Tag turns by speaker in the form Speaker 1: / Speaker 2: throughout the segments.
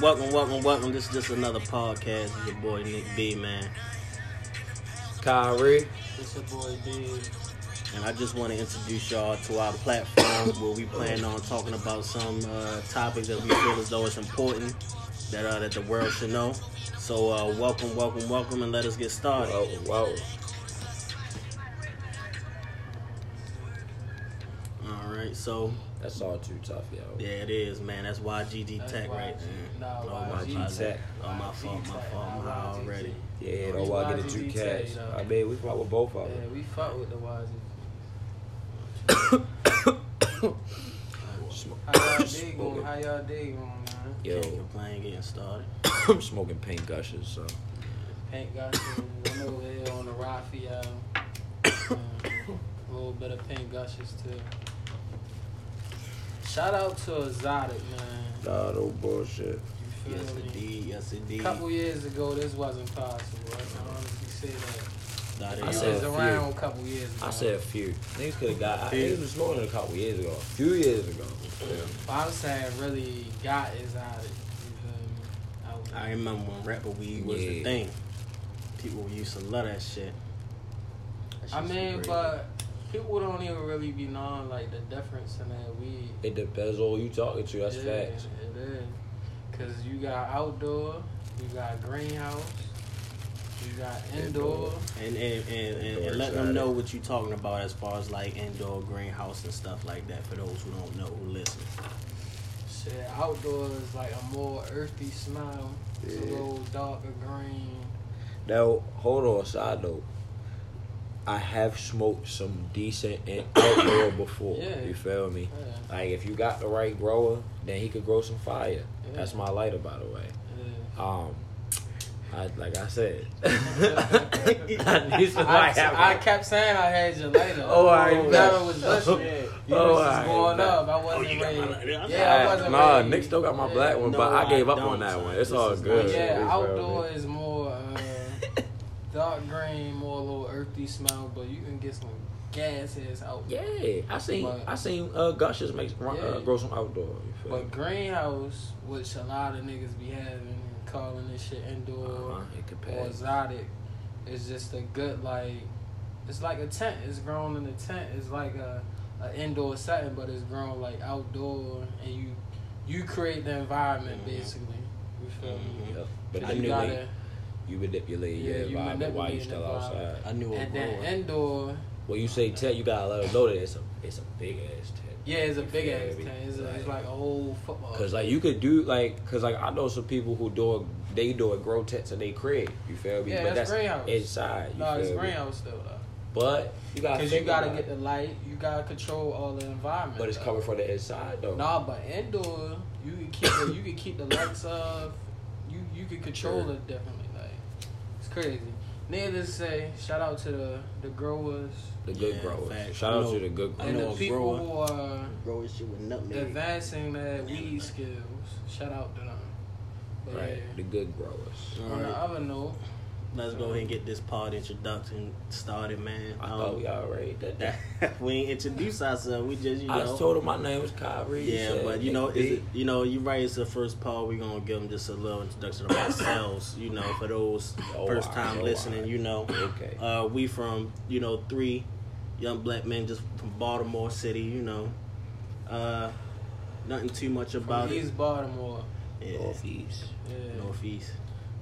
Speaker 1: welcome, welcome, welcome. This is just another podcast. It's your boy Nick B, man.
Speaker 2: Kyrie.
Speaker 3: It's your boy D.
Speaker 1: And I just want to introduce y'all to our platform where we plan on talking about some uh, topics that we feel as though it's important that uh, that the world should know. So uh, welcome, welcome, welcome, and let us get started.
Speaker 2: Whoa, whoa.
Speaker 1: All right, so
Speaker 2: That's all too tough, yo.
Speaker 1: yeah, it is, man. That's YGD
Speaker 3: That's
Speaker 1: Tech right
Speaker 3: YG.
Speaker 1: there.
Speaker 3: Nah,
Speaker 1: oh,
Speaker 2: YG
Speaker 1: my
Speaker 2: Tech.
Speaker 1: Oh, my fault, my fault. I'm high already.
Speaker 2: Yeah, don't want to get the two cash. I mean, we fuck with both
Speaker 3: Yeah,
Speaker 2: of them.
Speaker 3: we fuck with the YG. How y'all dig on? How y'all dig on, man?
Speaker 1: Yo. Can't
Speaker 2: Yo,
Speaker 1: complain getting started.
Speaker 2: I'm smoking paint gushers, so.
Speaker 3: Paint got some. I'm over here on the Raphael. Um, a little bit of paint gushes, too. Shout out to Exotic, man.
Speaker 2: Nah, no bullshit.
Speaker 3: You feel
Speaker 1: Yes,
Speaker 3: me?
Speaker 1: indeed. Yes, indeed.
Speaker 3: couple years ago, this wasn't possible. I can honestly say that.
Speaker 1: Nah,
Speaker 3: You
Speaker 1: there
Speaker 2: I
Speaker 1: you
Speaker 2: said
Speaker 3: was
Speaker 2: a few.
Speaker 3: around a couple years ago.
Speaker 2: I said a few. Niggas could have got. I,
Speaker 1: Few.
Speaker 2: niggas was smoking it a couple years ago. A few years ago.
Speaker 3: But I'm saying really got is out of it. You feel me?
Speaker 1: I remember when rapper weed was the
Speaker 2: Yeah.
Speaker 1: thing. People used to love that shit. That shit
Speaker 3: I, I
Speaker 1: was
Speaker 3: mean,
Speaker 1: great.
Speaker 3: but people don't even really be knowing like the difference in that weed.
Speaker 2: It depends on who you talking to. That's
Speaker 3: Yeah,
Speaker 2: facts.
Speaker 3: It is. Cause you got outdoor, you got greenhouse, you got
Speaker 2: Indoor.
Speaker 3: indoor.
Speaker 1: and and, and, and,
Speaker 2: Indoor
Speaker 1: and let them
Speaker 2: exotic.
Speaker 1: know what you're talking about as far as like indoor greenhouse and stuff like that for those who don't know who listen.
Speaker 3: Shit, outdoor is like a more earthy smell. It's a
Speaker 2: Yeah.
Speaker 3: little darker green.
Speaker 2: Now, hold on. Side note. I have smoked some decent and outdoor before.
Speaker 3: Yeah.
Speaker 2: You feel me?
Speaker 3: Yeah,
Speaker 2: Like if you got the right grower, then he could grow some fire.
Speaker 3: yeah,
Speaker 2: That's my lighter, by the way.
Speaker 3: it is.
Speaker 2: Um, I like I said, I need some
Speaker 3: I,
Speaker 2: light.
Speaker 3: I kept saying I had you later.
Speaker 2: Oh, I
Speaker 3: You
Speaker 2: bet.
Speaker 3: never was listening. You
Speaker 2: Oh,
Speaker 3: was just
Speaker 2: I
Speaker 3: going
Speaker 2: bet.
Speaker 3: up. I wasn't
Speaker 1: you got my
Speaker 3: ready.
Speaker 1: lighter. I'm
Speaker 3: Yeah, I
Speaker 1: sorry.
Speaker 3: wasn't
Speaker 2: nah,
Speaker 3: ready.
Speaker 2: Nick still got my
Speaker 3: Yeah.
Speaker 2: black one,
Speaker 1: No,
Speaker 2: but I gave
Speaker 1: I
Speaker 2: up on
Speaker 1: don't,
Speaker 2: that
Speaker 1: son.
Speaker 2: one. It's
Speaker 1: This
Speaker 2: all
Speaker 1: is
Speaker 2: good.
Speaker 1: not-
Speaker 3: yeah,
Speaker 2: It's all good.
Speaker 3: outdoor is more uh, dark green, more a little earthy smell, but you can get some gas ass out.
Speaker 2: Yeah, I seen
Speaker 3: But-
Speaker 2: I seen uh, Gushers make run,
Speaker 3: Yeah.
Speaker 2: uh, grow some outdoor. You feel me?
Speaker 3: But greenhouse, which a lot of niggas be having and calling this shit indoor
Speaker 2: Uh-huh, it could
Speaker 3: or
Speaker 2: pass.
Speaker 3: exotic, it's just a good like. It's like a tent. It's grown in a tent. It's like a, a indoor setting, but it's grown like outdoor, and you you create the environment
Speaker 1: Mhm.
Speaker 2: Mm-hmm.
Speaker 3: basically. You feel me?
Speaker 2: Yep. But
Speaker 3: 'Cause
Speaker 2: I
Speaker 3: you
Speaker 2: knew
Speaker 3: gotta,
Speaker 2: you manipulate
Speaker 3: Yeah,
Speaker 2: your
Speaker 3: you
Speaker 2: environment while you
Speaker 3: manipulate
Speaker 2: still
Speaker 3: the
Speaker 2: outside.
Speaker 3: environment.
Speaker 1: I knew a
Speaker 3: and then
Speaker 1: grower.
Speaker 3: indoor.
Speaker 2: When you say tent, you gotta let them know that it's a it's a big ass tent.
Speaker 3: Yeah, it's a
Speaker 2: You
Speaker 3: big
Speaker 2: feel
Speaker 3: ass
Speaker 2: me?
Speaker 3: tent. It's, a, it's like a whole football.
Speaker 2: Cause like you could do like, cause like I know some people who do a, they do a grow tents in they crib. You feel me?
Speaker 3: Yeah,
Speaker 2: but that's
Speaker 3: that's greenhouse.
Speaker 2: inside. You
Speaker 3: no, it's
Speaker 2: feel me?
Speaker 3: greenhouse still though.
Speaker 2: But you gotta
Speaker 3: Cause you
Speaker 2: think
Speaker 3: gotta
Speaker 2: about
Speaker 3: get
Speaker 2: it.
Speaker 3: the light. You gotta control all the environment.
Speaker 2: But it's
Speaker 3: though.
Speaker 2: coming from the inside though.
Speaker 3: Nah, but indoor, you can keep the, you can keep the lights off. You you can control
Speaker 2: Sure.
Speaker 3: it definitely. Like it's crazy. Needless to say, shout out to the the growers
Speaker 2: The good
Speaker 1: Yeah,
Speaker 2: growers.
Speaker 1: facts.
Speaker 2: Shout
Speaker 1: I
Speaker 2: out
Speaker 1: know-
Speaker 2: to the good
Speaker 1: I
Speaker 2: growers.
Speaker 3: and
Speaker 1: know
Speaker 3: the
Speaker 1: a
Speaker 3: people who are
Speaker 1: Growing shit with nutmeg.
Speaker 3: advancing their weed skills. Shout out to them. But
Speaker 2: Right. The
Speaker 3: yeah.
Speaker 2: good growers.
Speaker 1: All
Speaker 3: On the
Speaker 1: right,
Speaker 3: other note,
Speaker 1: let's go ahead and get this pod introduction started, man.
Speaker 2: I
Speaker 1: Um,
Speaker 2: thought Oh, we already did that.
Speaker 1: we ain't introduce ourselves. We just you know.
Speaker 2: I just told him my name was Kyrie. He
Speaker 1: Yeah,
Speaker 2: said,
Speaker 1: but you
Speaker 2: "Nick
Speaker 1: know,
Speaker 2: B."
Speaker 1: is it, you know, you right. It's the first part. We're gonna give them just a little introduction of ourselves. You know, for those
Speaker 2: Oh,
Speaker 1: first
Speaker 2: I-
Speaker 1: time
Speaker 2: oh,
Speaker 1: listening,
Speaker 2: I-
Speaker 1: you know,
Speaker 2: okay.
Speaker 1: uh, we from you know three young black men just from Baltimore City. You know, uh, nothing too much about
Speaker 3: from
Speaker 1: it.
Speaker 3: East Baltimore.
Speaker 1: Yeah,
Speaker 2: Northeast.
Speaker 3: Yeah.
Speaker 1: northeast,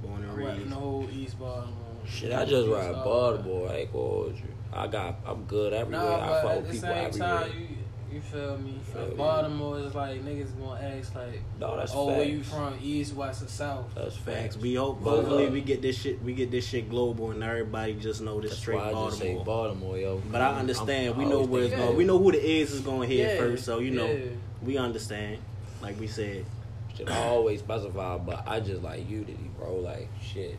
Speaker 1: born and
Speaker 3: I'm repping
Speaker 1: raised.
Speaker 3: the whole East Baltimore.
Speaker 2: Shit, I just
Speaker 3: East
Speaker 2: ride Baltimore. I ain't gonna hold you. I got, I'm good everywhere.
Speaker 3: Nah,
Speaker 2: I
Speaker 3: but
Speaker 2: fuck
Speaker 3: at
Speaker 2: with
Speaker 3: the
Speaker 2: people
Speaker 3: same
Speaker 2: everywhere.
Speaker 3: time, you you feel me?
Speaker 2: Feel me.
Speaker 3: Baltimore is like niggas gonna ask like,
Speaker 2: no, that's
Speaker 3: oh,
Speaker 2: facts.
Speaker 3: where you from? East, west, or south?
Speaker 2: That's
Speaker 1: Facts.
Speaker 2: facts.
Speaker 1: We hope
Speaker 2: But, uh,
Speaker 1: hopefully we get this shit we get this shit global and everybody just know this
Speaker 2: That's
Speaker 1: straight
Speaker 2: why I just say
Speaker 1: Baltimore.
Speaker 2: Baltimore, yo.
Speaker 1: But I understand.
Speaker 2: I'm-
Speaker 1: we
Speaker 2: I
Speaker 1: know
Speaker 2: always
Speaker 1: where it's
Speaker 2: think
Speaker 1: going.
Speaker 2: that.
Speaker 1: We know who the is is going to hit
Speaker 3: Yeah,
Speaker 1: first. So you know,
Speaker 3: yeah.
Speaker 1: we understand. Like we said,
Speaker 2: Shit, I always specify, but I just like unity, bro. Like shit,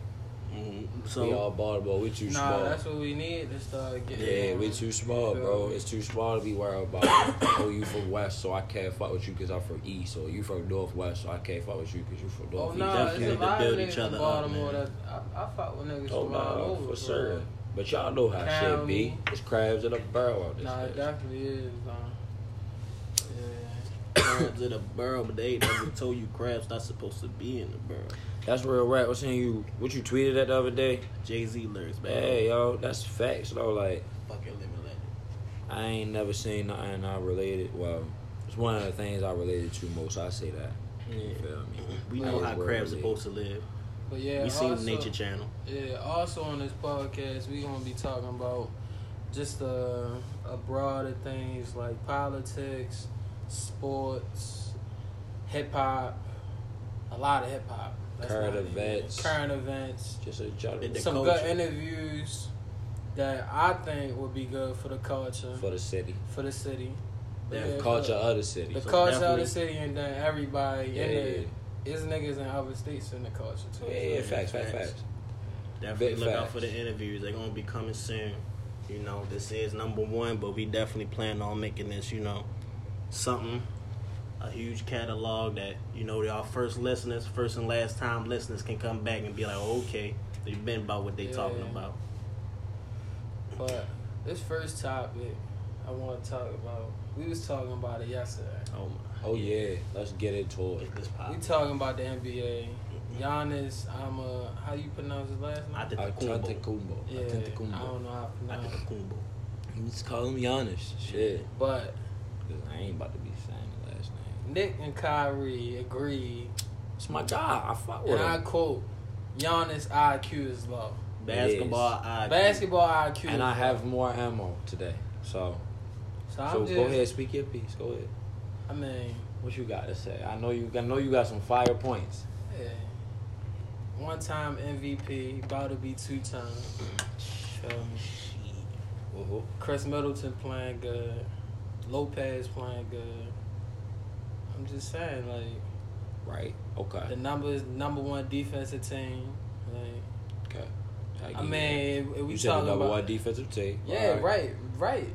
Speaker 1: Mhm.
Speaker 2: we
Speaker 1: so
Speaker 2: all Baltimore. We too
Speaker 3: Nah,
Speaker 2: small.
Speaker 3: that's what we need to start getting.
Speaker 2: yeah,
Speaker 3: on.
Speaker 2: we too small,
Speaker 3: Feel
Speaker 2: bro.
Speaker 3: me?
Speaker 2: It's too small to be worried about. oh, you from west, so I can't fuck with you because I'm from east. Or you from northwest, so I can't fuck with you because you from
Speaker 3: Oh
Speaker 2: northeast.
Speaker 3: no,
Speaker 1: definitely
Speaker 3: it's
Speaker 1: need
Speaker 3: a
Speaker 1: to
Speaker 3: lot of
Speaker 1: build
Speaker 3: niggas
Speaker 1: each other
Speaker 3: in
Speaker 1: up,
Speaker 3: Baltimore
Speaker 1: man.
Speaker 3: that I, I fuck with niggas
Speaker 2: Oh
Speaker 3: from all
Speaker 2: no,
Speaker 3: over.
Speaker 2: for
Speaker 3: bro.
Speaker 2: certain. But y'all know how
Speaker 3: County.
Speaker 2: shit be. It's crabs in a barrel out this
Speaker 3: Nah, it
Speaker 2: bitch.
Speaker 3: definitely is. Nah. Yeah.
Speaker 1: crabs in a barrel, but they ain't never told you crabs not supposed to be in the barrel.
Speaker 2: That's real rap. What's in you? What you tweeted at the other day?
Speaker 1: Jay Z lyrics, man.
Speaker 2: Hey, yo, that's facts though. Like
Speaker 1: Fucking living legend.
Speaker 2: I ain't never seen nothing I related. Well, it's one of the things I related to most. I say that. You
Speaker 1: Yeah.
Speaker 2: feel me?
Speaker 1: We know
Speaker 2: Like,
Speaker 1: how
Speaker 2: where
Speaker 1: crabs
Speaker 2: they-
Speaker 1: supposed to live.
Speaker 3: But yeah,
Speaker 1: we seen
Speaker 3: also-
Speaker 1: Nature Channel.
Speaker 3: Yeah, also on this podcast, we going to be talking about just uh, a broader things like politics, sports, hip hop, a lot of hip hop. That's
Speaker 2: Current
Speaker 3: not even-
Speaker 2: events.
Speaker 3: Current events.
Speaker 2: Just a general
Speaker 1: The
Speaker 3: Some
Speaker 1: culture.
Speaker 3: good interviews that I think would be good for the culture, for,
Speaker 2: for the city,
Speaker 3: the city.
Speaker 1: Yeah,
Speaker 2: the culture of the city.
Speaker 3: The
Speaker 1: So
Speaker 3: culture of
Speaker 1: definitely-
Speaker 3: the city, and then everybody
Speaker 2: yeah,
Speaker 3: in
Speaker 2: yeah,
Speaker 3: it. It's niggas in other states in the culture too.
Speaker 2: yeah, yeah, yeah, facts, facts,
Speaker 1: Facts.
Speaker 2: facts.
Speaker 1: Definitely
Speaker 2: Big
Speaker 1: look out
Speaker 2: facts.
Speaker 1: for the interviews. They're gonna be coming soon. You know, this is number one, but we definitely plan on making this, you know, something. A huge catalog that, you know, our first listeners, first and last time listeners can come back and be like, okay, they've been about what they
Speaker 3: Yeah.
Speaker 1: talking about.
Speaker 3: But this first topic I want to talk about, we was talking about it yesterday.
Speaker 1: Oh my
Speaker 2: Oh yeah, let's get into it.
Speaker 1: Get this
Speaker 3: We
Speaker 1: pop.
Speaker 3: talking about the NBA. Giannis, I'm a, how you pronounce his last name?
Speaker 1: I did the Kumbo.
Speaker 2: Atentakumbo.
Speaker 3: yeah, I
Speaker 2: Atentakumbo.
Speaker 3: don't know how to
Speaker 1: I did
Speaker 3: pronounce
Speaker 1: the
Speaker 3: it.
Speaker 1: Kumbo.
Speaker 2: Let's call him Giannis. Shit.
Speaker 3: But
Speaker 2: Cause I ain't about to be saying the last name.
Speaker 3: Nick and Kyrie agreed,
Speaker 2: It's my guy. I fuck with
Speaker 3: and I
Speaker 2: him.
Speaker 3: quote, Giannis IQ is low.
Speaker 1: Basketball I
Speaker 3: Basketball IQ is
Speaker 2: And I
Speaker 3: low.
Speaker 2: have more ammo today. So,
Speaker 3: So I'm
Speaker 2: so
Speaker 3: just,
Speaker 2: go ahead, speak your piece. Go ahead.
Speaker 3: I mean,
Speaker 2: What you got to say? I know you. I know you got some fire points.
Speaker 3: yeah. One time MVP, about to be two times. Feel me?
Speaker 2: Uh-huh.
Speaker 3: Chris Middleton playing good. Lopez playing good. I'm just saying, like
Speaker 2: Right.
Speaker 3: the
Speaker 2: Okay.
Speaker 3: numbers number one defensive team. Like
Speaker 2: Okay.
Speaker 3: I mean, if
Speaker 2: you
Speaker 3: we
Speaker 2: said the
Speaker 3: talking
Speaker 2: number one
Speaker 3: about
Speaker 2: defensive team.
Speaker 3: yeah,
Speaker 2: All
Speaker 3: right, right.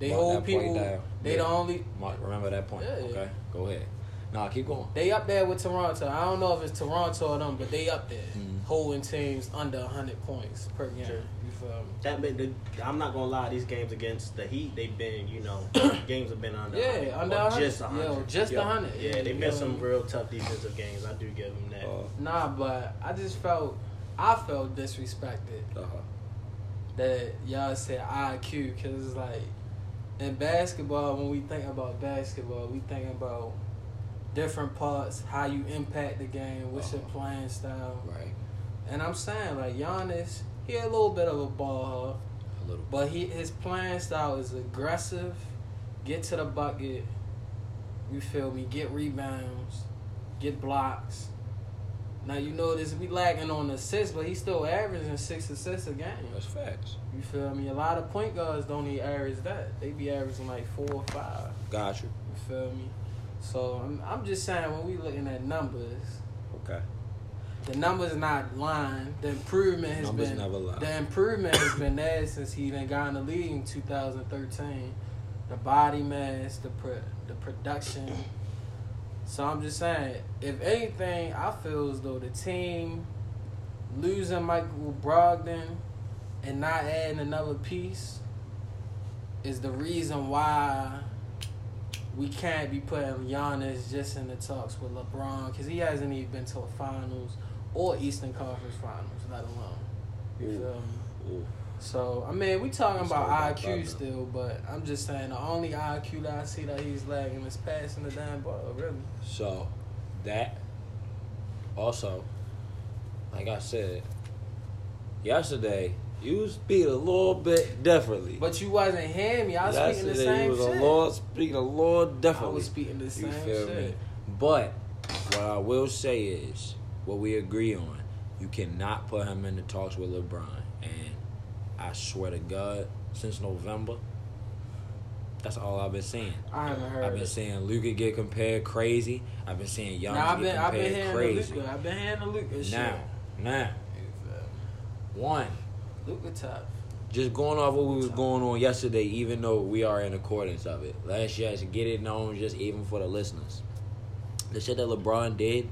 Speaker 3: They
Speaker 2: Mark
Speaker 3: hold
Speaker 2: that point
Speaker 3: people.
Speaker 2: down.
Speaker 3: They
Speaker 2: Yeah.
Speaker 3: the only.
Speaker 2: Mark, remember that point.
Speaker 3: Yeah.
Speaker 2: Okay. Go ahead. Nah, keep going.
Speaker 3: They up there with Toronto. I don't know if it's Toronto or them, but they up there
Speaker 2: Mm.
Speaker 3: holding teams under 100 points per game. You feel me?
Speaker 1: That been the, I'm not gonna lie, these games against the Heat, they've been, you know, games have been under 100,
Speaker 3: Yeah, under
Speaker 1: or
Speaker 3: 100.
Speaker 1: just
Speaker 3: Yeah,
Speaker 1: 100.
Speaker 3: just
Speaker 2: Yeah.
Speaker 3: 100.
Speaker 1: Yeah, they've
Speaker 3: you
Speaker 1: been
Speaker 3: feel me?
Speaker 1: some real tough defensive games. I do give them that.
Speaker 2: Uh,
Speaker 3: Nah, but I just felt I felt disrespected
Speaker 2: uh-huh.
Speaker 3: that y'all said IQ because it's like in basketball when we think about basketball we think about different parts how you impact the game what's your
Speaker 2: Uh-huh.
Speaker 3: playing style
Speaker 2: Right.
Speaker 3: and I'm saying like Giannis he a little bit of a ball hog,
Speaker 2: A little.
Speaker 3: but he his playing style is aggressive get to the bucket you feel me get rebounds get blocks now you notice we lagging on assists but he's still averaging six assists a game
Speaker 2: That's facts.
Speaker 3: you feel me? A lot of point guards don't even average that. They be averaging like four or five.
Speaker 2: Got you.
Speaker 3: You feel me? So I'm, I'm just saying when we looking at numbers,
Speaker 2: Okay.
Speaker 3: the numbers not lying. The improvement has
Speaker 2: Numbers
Speaker 3: been
Speaker 2: never lie.
Speaker 3: the improvement has been there since he then got in the league in 2013. The body mass, the pro, the production. So I'm just saying, if anything, I feel as though the team losing Michael Brogdon and not adding another piece is the reason why we can't be putting Giannis just in the talks with LeBron because he hasn't even been to a finals or Eastern Conference Finals, let alone. You
Speaker 2: Ooh.
Speaker 3: feel me?
Speaker 2: Ooh.
Speaker 3: So I mean, we talking
Speaker 2: Let's
Speaker 3: about
Speaker 2: talk about
Speaker 3: IQ
Speaker 2: that, though.
Speaker 3: still, but I'm just saying the only IQ that I see that he's lagging is passing the damn ball. Really,
Speaker 2: So that also, like I said yesterday, you speak a little bit differently.
Speaker 3: but you wasn't hearing me. I was speaking the
Speaker 2: yesterday
Speaker 3: same
Speaker 2: you was
Speaker 3: shit.
Speaker 2: a Lord speaking a Lord
Speaker 3: I
Speaker 2: differently.
Speaker 3: was speaking the same
Speaker 2: you feel
Speaker 3: shit.
Speaker 2: me? But what I will say is what we agree on. You cannot put him in the talks with LeBron, and I swear to God, since November, that's all I've been saying.
Speaker 3: I haven't heard.
Speaker 2: I've been seeing Luca get compared crazy. I've been seeing Giannis
Speaker 3: now, I've
Speaker 2: get
Speaker 3: been I've been
Speaker 2: compared
Speaker 3: hearing
Speaker 2: crazy.
Speaker 3: the Luca. I've been hearing the Luca shit.
Speaker 2: Now, now, one,
Speaker 3: Luca tough.
Speaker 2: just going off what we was going on yesterday, even though we are in accordance of it. Let's just get it known, just even for the listeners. The shit that LeBron did,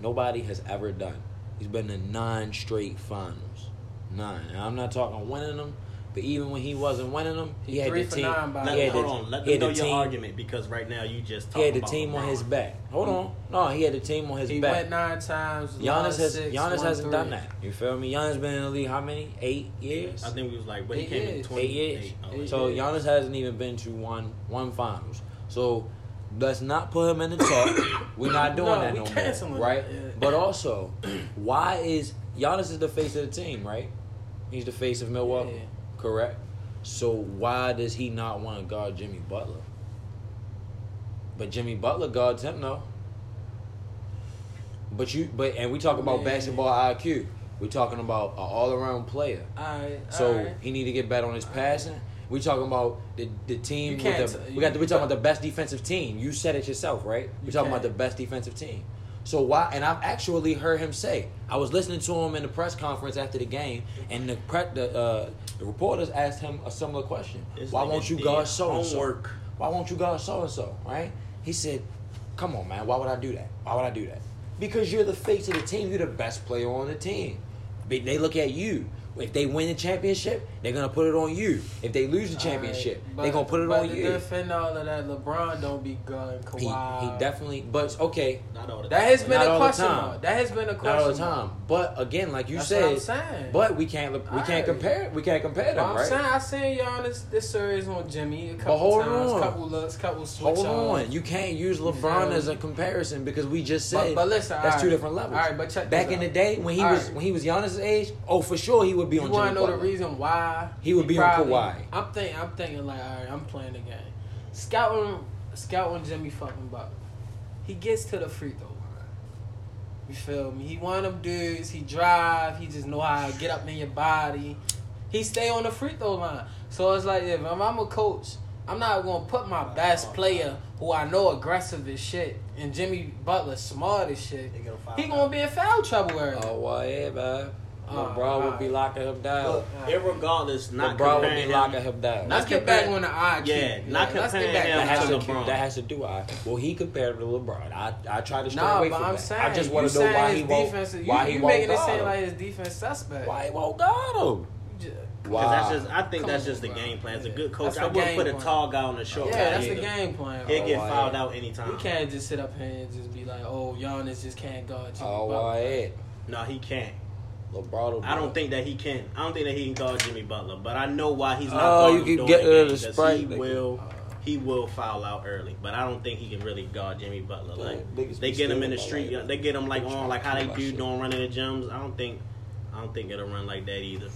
Speaker 2: nobody has ever done. He's been in nine straight finals, nine. And I'm not talking winning them. But even when he wasn't winning them, he,
Speaker 3: He
Speaker 2: had
Speaker 3: three
Speaker 2: the
Speaker 3: for
Speaker 2: team.
Speaker 3: nine by
Speaker 2: he
Speaker 1: Let,
Speaker 2: had
Speaker 1: hold
Speaker 2: the-
Speaker 1: on. Let them
Speaker 2: he had
Speaker 1: know
Speaker 2: the
Speaker 1: your
Speaker 2: team-
Speaker 1: argument because right now you just
Speaker 2: He had
Speaker 1: talking
Speaker 2: the
Speaker 1: about
Speaker 2: team on
Speaker 1: LeBron.
Speaker 2: his back. Hold on. No, he had the team on his
Speaker 3: He
Speaker 2: back.
Speaker 3: went nine times.
Speaker 2: Giannis has
Speaker 3: six,
Speaker 2: Giannis
Speaker 3: won
Speaker 2: hasn't
Speaker 3: three.
Speaker 2: done that. You feel me? Giannis been in the league how many? Eight years.
Speaker 1: I think we was like, what he
Speaker 3: Eight
Speaker 1: came in
Speaker 3: years.
Speaker 1: twenty
Speaker 2: Eight years.
Speaker 1: oh,
Speaker 3: Eight
Speaker 2: so
Speaker 3: years.
Speaker 2: Giannis hasn't even been to one one finals. So let's not put him in the talk. We're not doing
Speaker 3: No,
Speaker 2: that
Speaker 3: we
Speaker 2: no
Speaker 3: canceling
Speaker 2: more,
Speaker 3: that,
Speaker 2: right?
Speaker 3: yeah.
Speaker 2: But also, why is Giannis is the face of the team, right? He's the face of Milwaukee, correct? So why does he not want to guard Jimmy Butler? But Jimmy Butler guards him though. But you, but and we talk about
Speaker 3: Man.
Speaker 2: basketball IQ. We're talking about an all-around player.
Speaker 3: All right.
Speaker 2: So
Speaker 3: all right.
Speaker 2: he need to get better on his passing. We talking about the the team.
Speaker 3: You can't
Speaker 2: With the,
Speaker 3: t-
Speaker 2: we got. The, we
Speaker 3: you-
Speaker 2: talking about the best defensive team. You said it yourself, right? We
Speaker 3: You
Speaker 2: talking about the
Speaker 3: can't.
Speaker 2: best defensive team. So why? And I've actually heard him say. I was listening to him in the press conference after the game, and the pre- the, uh, the reporters asked him a similar question.
Speaker 1: This
Speaker 2: why
Speaker 1: nigga
Speaker 2: won't you
Speaker 1: did
Speaker 2: guard so and so?
Speaker 1: homework.
Speaker 2: Why won't you guard so and so? Right? He said, "Come on, man. Why would I do that? Why would I do that? Because you're the face of the team. You're the best player on the team. They- They look at you. If they win the championship, they're gonna put it on you. If they lose the championship,
Speaker 3: Alright,
Speaker 2: they're
Speaker 3: but-
Speaker 2: gonna put it
Speaker 3: but
Speaker 2: on
Speaker 3: to
Speaker 2: you.
Speaker 3: Defend all of that. LeBron don't be guarding
Speaker 2: He,
Speaker 3: Kawhi.
Speaker 2: he definitely, but okay,
Speaker 1: Not all the
Speaker 3: That has
Speaker 2: Not
Speaker 3: been
Speaker 2: all
Speaker 3: a
Speaker 2: the
Speaker 3: question
Speaker 2: time.
Speaker 3: mark. That has been a
Speaker 2: not
Speaker 3: question
Speaker 2: all the time. But again, like you
Speaker 3: That's what I'm
Speaker 2: said,
Speaker 3: saying.
Speaker 2: but we can't look- we can't
Speaker 3: Alright.
Speaker 2: compare we can't compare them,
Speaker 3: I'm
Speaker 2: right?
Speaker 3: saying I seen y'all this this series on Jimmy a couple
Speaker 2: hold
Speaker 3: times,
Speaker 2: on.
Speaker 3: couple looks, couple switch
Speaker 2: Hold on, you can't use LeBron
Speaker 3: feel
Speaker 2: as a
Speaker 3: me?
Speaker 2: comparison because we just
Speaker 3: But-
Speaker 2: said
Speaker 3: but listen,
Speaker 2: that's two
Speaker 3: alright.
Speaker 2: different levels.
Speaker 3: Alright, but check
Speaker 2: back
Speaker 3: this
Speaker 2: in
Speaker 3: out.
Speaker 2: the day when he was
Speaker 3: Alright.
Speaker 2: when he was Giannis's age, oh for sure he would be
Speaker 3: You
Speaker 2: on.
Speaker 3: want to
Speaker 2: Jimmy
Speaker 3: know the
Speaker 2: Butler.
Speaker 3: reason why
Speaker 2: He would be on
Speaker 3: probably-
Speaker 2: Kawhi.
Speaker 3: I'm think I'm thinking like, all right, I'm playing the game. Scouting, scouting Jimmy fucking Butler. He gets to the free throw line. You feel me? He one of them dudes. He drive. He just know how to get up in your body. He stay on the free throw line. So it's like if I'm, I'm a coach, I'm not gonna put my best player who I know aggressive as shit and Jimmy Butler smart as shit.
Speaker 1: They gonna foul
Speaker 3: He gonna be in foul trouble. area.
Speaker 2: Oh well, yeah, man.
Speaker 3: Oh,
Speaker 2: LeBron would be
Speaker 3: alright.
Speaker 2: locking him down.
Speaker 1: Look, irregardless, not
Speaker 2: LeBron would
Speaker 1: comparing
Speaker 2: be
Speaker 1: him-
Speaker 2: locking him down.
Speaker 3: Let's get back on the IQ.
Speaker 1: Yeah, not
Speaker 3: let's get
Speaker 1: comparing
Speaker 3: back
Speaker 1: him
Speaker 3: on
Speaker 2: that
Speaker 1: to
Speaker 2: has,
Speaker 3: the
Speaker 2: to,
Speaker 3: IQ.
Speaker 1: LeBron.
Speaker 2: that has to do I. Well, he compared him to LeBron. I I tried to stay
Speaker 3: Nah,
Speaker 2: away
Speaker 3: but
Speaker 2: from
Speaker 3: I'm
Speaker 2: that.
Speaker 3: saying
Speaker 2: I just
Speaker 3: you
Speaker 2: want to know
Speaker 3: saying
Speaker 2: why
Speaker 3: his
Speaker 2: he won't.
Speaker 3: defense- you,
Speaker 2: why
Speaker 3: you
Speaker 2: he
Speaker 3: making
Speaker 2: won't
Speaker 3: it seem
Speaker 2: guard
Speaker 3: like
Speaker 2: him.
Speaker 3: his defense suspect.
Speaker 2: Why he won't guard him?
Speaker 3: You ju-
Speaker 1: Because
Speaker 2: Wow.
Speaker 1: that's just, I think
Speaker 3: Come
Speaker 1: that's
Speaker 3: on,
Speaker 1: just the
Speaker 3: bro.
Speaker 1: game plan. As a
Speaker 3: Yeah.
Speaker 1: good coach,
Speaker 3: That's
Speaker 1: I
Speaker 3: the
Speaker 1: wouldn't
Speaker 3: game
Speaker 1: put a
Speaker 3: plan.
Speaker 1: tall guy on the short guy.
Speaker 3: Yeah, that's the
Speaker 1: either.
Speaker 3: game plan.
Speaker 1: He'll
Speaker 2: Oh,
Speaker 1: get
Speaker 2: wow.
Speaker 1: fouled out anytime.
Speaker 3: We can't just sit up here and just be like, oh, Giannis just can't guard you.
Speaker 2: Oh,
Speaker 3: But-
Speaker 2: why yeah.
Speaker 1: No, he can't.
Speaker 2: LeBron. Will
Speaker 1: I don't think that he can. I don't think that he can guard Jimmy Butler, but I know why he's not.
Speaker 2: Oh,
Speaker 1: guarding
Speaker 2: you
Speaker 1: him
Speaker 2: can
Speaker 1: during
Speaker 2: get
Speaker 1: the
Speaker 2: rid of
Speaker 1: game,
Speaker 2: the
Speaker 1: 'cause
Speaker 2: Sprite,
Speaker 1: He
Speaker 2: nigga. Uh,
Speaker 1: will. He will foul out early, but I don't think he can really guard Jimmy Butler.
Speaker 2: Yeah,
Speaker 1: Like
Speaker 2: niggas
Speaker 1: they
Speaker 2: be
Speaker 1: get him
Speaker 2: stealing
Speaker 1: in the
Speaker 2: my
Speaker 1: street,
Speaker 2: life.
Speaker 1: they get him like on like how they
Speaker 2: My
Speaker 1: do
Speaker 2: shit.
Speaker 1: during running the gyms. I don't think, I don't think it'll run like that either.